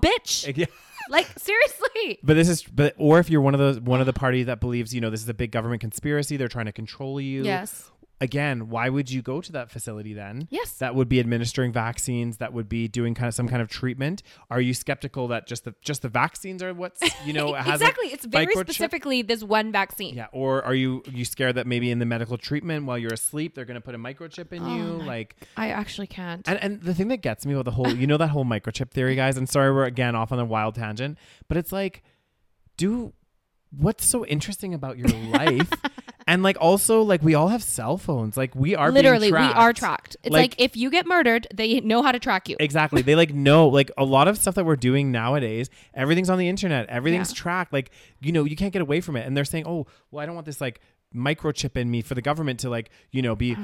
Speaker 2: [laughs]
Speaker 1: bitch.
Speaker 2: Yeah.
Speaker 1: [laughs] like seriously.
Speaker 2: But this is, but or if you're one of those, one of the party that believes, you know, this is a big government conspiracy. They're trying to control you.
Speaker 1: Yes.
Speaker 2: Again, why would you go to that facility then?
Speaker 1: Yes.
Speaker 2: That would be administering vaccines. That would be doing kind of some kind of treatment. Are you skeptical that just the just the vaccines are what's [laughs] you
Speaker 1: [laughs]
Speaker 2: know has a
Speaker 1: exactly. It's very
Speaker 2: microchip?
Speaker 1: specifically this one vaccine.
Speaker 2: Yeah. Or are you you scared that maybe in the medical treatment while you're asleep they're going to put a microchip in
Speaker 1: Oh
Speaker 2: you? Like
Speaker 1: I actually can't.
Speaker 2: and, and the thing that gets me about the whole, you know, that whole microchip theory, guys, and sorry, we're again off on a wild tangent, but it's like, do what's so interesting about
Speaker 1: [laughs]
Speaker 2: your life? and like, also, like, we all have cell phones. Like, we are being
Speaker 1: literally
Speaker 2: tracked.
Speaker 1: we are tracked it's like, if you get murdered they know how to track you
Speaker 2: Exactly. They like know, like, a lot of stuff that we're doing nowadays, everything's on the internet, everything's
Speaker 1: Yeah.
Speaker 2: tracked. Like, you know, you can't get away from it. And they're saying, oh, well, I don't want this, like, microchip in me for the government to like you know be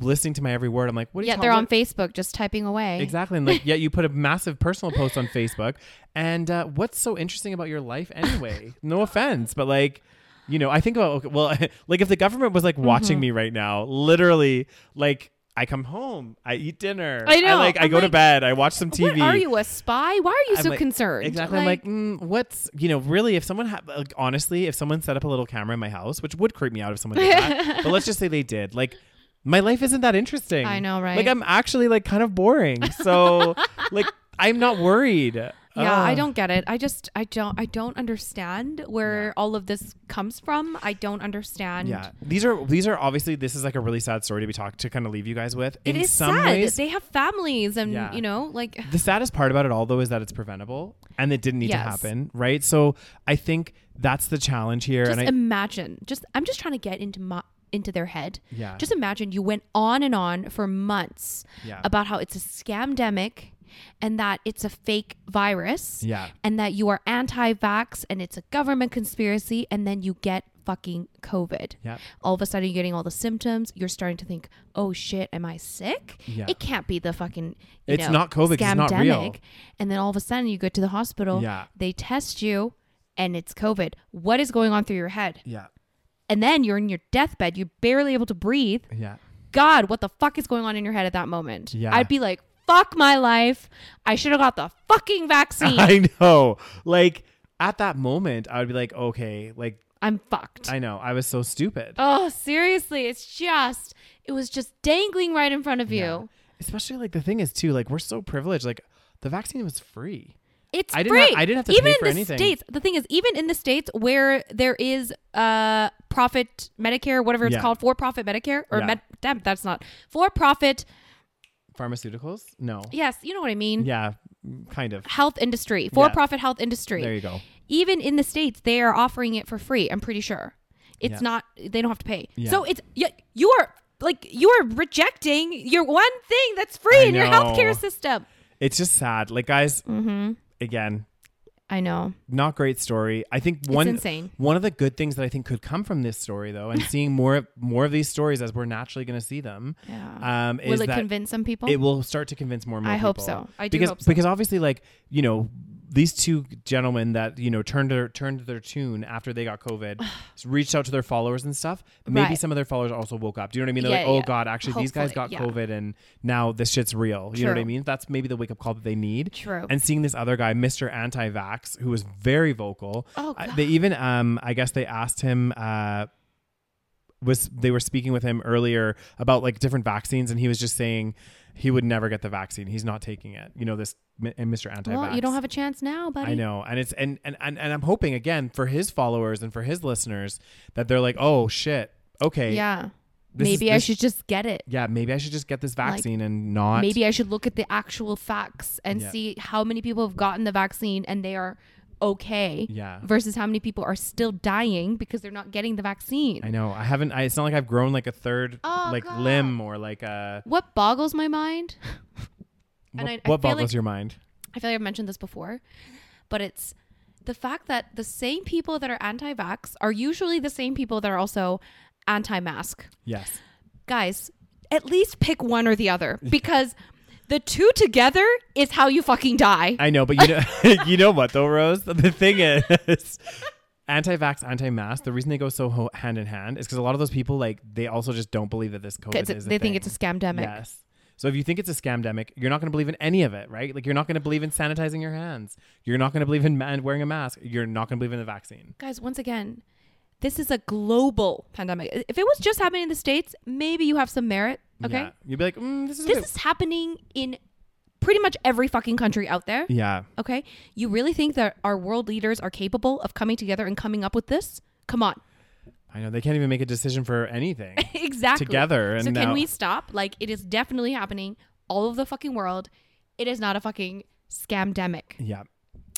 Speaker 2: listening to my every word i'm like what are you
Speaker 1: Uh-huh. yeah
Speaker 2: talking
Speaker 1: they're
Speaker 2: about?
Speaker 1: on facebook just typing away
Speaker 2: Exactly. And like, yet you put a massive personal post on Facebook. And uh, what's so interesting about your life anyway? No offense, but like, [laughs]
Speaker 1: Mm-hmm.
Speaker 2: you know, I think about, okay, well, like if the government was like watching me right now, literally, like, I- I come home, I eat dinner,
Speaker 1: I know.
Speaker 2: like I
Speaker 1: I'm
Speaker 2: go to
Speaker 1: like,
Speaker 2: bed, I watch some TV.
Speaker 1: What are you a spy? Why are you
Speaker 2: I'm
Speaker 1: so
Speaker 2: like-
Speaker 1: concerned?
Speaker 2: Exactly. I'm like, mm, what's you know, really, if someone had like honestly, if someone set up a little camera in my house, which would creep me out if someone did
Speaker 1: [laughs]
Speaker 2: that, but let's just say they did, like. My life isn't that interesting.
Speaker 1: I know, right?
Speaker 2: Like I'm actually like kind of boring.
Speaker 1: [laughs]
Speaker 2: So like I'm not worried. Yeah,
Speaker 1: yeah, I don't get it. I just I don't I don't understand where all of this comes from. I don't understand.
Speaker 2: Yeah. These are these are obviously this is like a really sad story to be talked to kind of leave you guys with.
Speaker 1: It
Speaker 2: In
Speaker 1: is
Speaker 2: some
Speaker 1: sad.
Speaker 2: ways,
Speaker 1: they have families and
Speaker 2: Yeah.
Speaker 1: you know, like
Speaker 2: the saddest part about it all though is that it's preventable and it didn't need
Speaker 1: Yes.
Speaker 2: to happen, right? So I think that's the challenge here.
Speaker 1: just
Speaker 2: and I
Speaker 1: imagine. Just I'm just trying to get into my into their head.
Speaker 2: Yeah.
Speaker 1: Just imagine you went on and on for months
Speaker 2: Yeah.
Speaker 1: about how it's a scamdemic and that it's a fake virus.
Speaker 2: Yeah.
Speaker 1: And that you are anti-vax and it's a government conspiracy and then you get fucking COVID.
Speaker 2: Yeah.
Speaker 1: All of a sudden you're getting all the symptoms. You're starting to think, "Oh shit, am I sick?"
Speaker 2: Yeah.
Speaker 1: It can't be the fucking you
Speaker 2: It's
Speaker 1: know,
Speaker 2: not COVID 'cause it's not real.
Speaker 1: scamdemic. And then all of a sudden you go to the hospital,
Speaker 2: Yeah.
Speaker 1: they test you and it's COVID. What is going on through your head?
Speaker 2: Yeah.
Speaker 1: And then you're in your deathbed. You're barely able to breathe.
Speaker 2: Yeah.
Speaker 1: God, what the fuck is going on in your head at that moment?
Speaker 2: Yeah.
Speaker 1: I'd be like, fuck my life. I should have got the fucking vaccine.
Speaker 2: [laughs]
Speaker 1: [laughs]
Speaker 2: I know. Like at that moment, I would be like, okay, like
Speaker 1: I'm fucked.
Speaker 2: I know, I was so stupid.
Speaker 1: oh, seriously. It's just, it was just dangling right in front of you.
Speaker 2: Especially like the thing is too, like we're so privileged. Like the vaccine was free.
Speaker 1: It's
Speaker 2: I didn't
Speaker 1: free.
Speaker 2: have- I didn't have to
Speaker 1: even
Speaker 2: pay
Speaker 1: in
Speaker 2: for
Speaker 1: the
Speaker 2: anything.
Speaker 1: states. The thing is, even in the states where there is uh profit Medicare, whatever it's
Speaker 2: Yeah.
Speaker 1: called, for profit Medicare or
Speaker 2: Yeah.
Speaker 1: med damn, that's not for profit.
Speaker 2: Pharmaceuticals?
Speaker 1: [laughs]
Speaker 2: No.
Speaker 1: Yes, you know what I mean.
Speaker 2: Yeah, mm, kind of.
Speaker 1: Health industry, for profit health industry.
Speaker 2: There you go.
Speaker 1: even in the states they are offering it for free i'm pretty sure it's
Speaker 2: Yeah.
Speaker 1: not they don't have to pay
Speaker 2: Yeah.
Speaker 1: so it's you, you are like you are rejecting your one thing that's free
Speaker 2: I
Speaker 1: in your healthcare
Speaker 2: know.
Speaker 1: system
Speaker 2: It's just sad. Like guys,
Speaker 1: Mm-hmm.
Speaker 2: again,
Speaker 1: i know
Speaker 2: not great story. I think one
Speaker 1: insane.
Speaker 2: one of the good things that I think could come from this story though,
Speaker 1: [laughs]
Speaker 2: and seeing more of- more of these stories as we're naturally going to see them,
Speaker 1: Yeah.
Speaker 2: um, is
Speaker 1: will it
Speaker 2: that
Speaker 1: convince some people
Speaker 2: it will start to convince more and more
Speaker 1: I hope
Speaker 2: people.
Speaker 1: so. I do
Speaker 2: because,
Speaker 1: hope so.
Speaker 2: Because obviously, like, you know, these two gentlemen that, you know, turned their turned their tune after they got
Speaker 1: [sighs]
Speaker 2: COVID, s- reached out to their followers and stuff. Maybe
Speaker 1: Right.
Speaker 2: some of their followers also woke up. Do you know what I mean? They're
Speaker 1: Yeah,
Speaker 2: like,
Speaker 1: yeah,
Speaker 2: oh
Speaker 1: yeah.
Speaker 2: God, actually these guys got
Speaker 1: Hopefully, yeah.
Speaker 2: COVID and now this shit's real. You know what I
Speaker 1: True.
Speaker 2: mean? That's maybe the wake up call that they need.
Speaker 1: True.
Speaker 2: And seeing this other guy, Mr. Anti Vax, who was very vocal.
Speaker 1: Oh,
Speaker 2: I-
Speaker 1: God.
Speaker 2: they even um I guess they asked him uh was they were speaking with him earlier about like different vaccines and he was just saying he would never get the vaccine he's not taking it you know this mi- and mr anti
Speaker 1: well you don't have a chance now buddy
Speaker 2: i know and it's and, and and and i'm hoping again for his followers and for his listeners that they're like oh shit okay
Speaker 1: yeah
Speaker 2: this is-
Speaker 1: maybe i
Speaker 2: this-
Speaker 1: should just get it
Speaker 2: yeah maybe i should just get this vaccine and not
Speaker 1: maybe i should look at the actual facts and
Speaker 2: Yeah.
Speaker 1: see how many people have gotten the vaccine and they are okay
Speaker 2: Yeah.
Speaker 1: versus how many people are still dying because they're not getting the vaccine
Speaker 2: i know i haven't I, it's not like i've grown like a third
Speaker 1: Oh,
Speaker 2: like
Speaker 1: God.
Speaker 2: limb or like a
Speaker 1: what boggles my mind [laughs]
Speaker 2: what,
Speaker 1: And I- I feel
Speaker 2: what boggles
Speaker 1: like-
Speaker 2: your mind
Speaker 1: i feel like i've mentioned this before but it's the fact that the same people that are anti-vax are usually the same people that are also anti-mask
Speaker 2: yes
Speaker 1: guys at least pick one or
Speaker 2: [laughs]
Speaker 1: the other because the two together is how you fucking die
Speaker 2: I know, but you know, [laughs] you know what though, Rose? The thing is, [laughs] anti-vax, anti-mask. The reason they go so ho- hand in hand is because a lot of those people, like, they also just don't believe that this COVID
Speaker 1: It's a-
Speaker 2: is.
Speaker 1: they think it's a scamdemic
Speaker 2: Yes. So if you think it's a scamdemic, you're not going to believe in any of it, right? Like, you're not going to believe in sanitizing your hands. You're not going to believe in man wearing a mask. You're not going to believe in the vaccine.
Speaker 1: guys once again this is a global pandemic if it was just happening in the states maybe you have some merit okay
Speaker 2: Yeah. You'd be like, mm, this is. a
Speaker 1: this
Speaker 2: bit-
Speaker 1: is happening in pretty much every fucking country out there
Speaker 2: [laughs] yeah.
Speaker 1: okay you really think that our world leaders are capable of coming together and coming up with this come on [laughs]
Speaker 2: I know they can't even make a decision for anything.
Speaker 1: exactly
Speaker 2: Together, and
Speaker 1: so
Speaker 2: now-
Speaker 1: can we stop like it is definitely happening all over the fucking world it is not a fucking scamdemic
Speaker 2: yeah.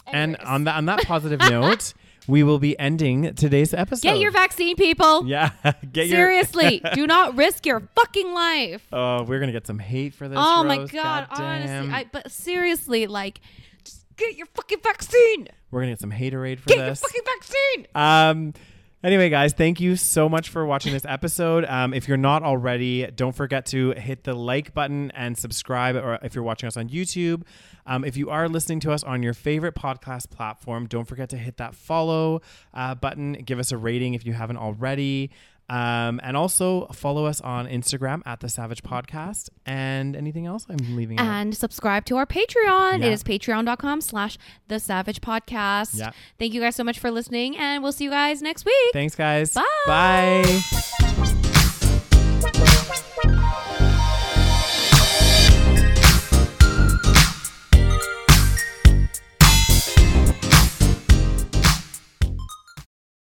Speaker 2: And on that on that positive note, we will be ending today's episode.
Speaker 1: get your vaccine people
Speaker 2: yeah. [laughs] Get your
Speaker 1: seriously
Speaker 2: [laughs]
Speaker 1: do not risk your fucking life
Speaker 2: Oh, we're gonna get some hate for this.
Speaker 1: Oh my
Speaker 2: Rose.
Speaker 1: god,
Speaker 2: Goddamn.
Speaker 1: honestly. I, but seriously, like just get your fucking vaccine.
Speaker 2: we're gonna get some haterade for
Speaker 1: Get your
Speaker 2: this.
Speaker 1: fucking vaccine.
Speaker 2: um. Anyway, guys, thank you so much for watching this episode. Um, if you're not already, don't forget to hit the like button and subscribe. Or if you're watching us on YouTube, um, if you are listening to us on your favorite podcast platform, don't forget to hit that follow uh, button. Give us a rating if you haven't already. Um, and also follow us on Instagram at the Savage Podcast. And anything else I'm leaving out?
Speaker 1: and subscribe to our Patreon.
Speaker 2: Uh-huh. Yeah.
Speaker 1: It is patreon.com slash the savage podcast.
Speaker 2: Yeah.
Speaker 1: Thank you guys so much for listening, and we'll see you guys next week.
Speaker 2: Thanks, guys.
Speaker 1: Bye.
Speaker 2: Bye.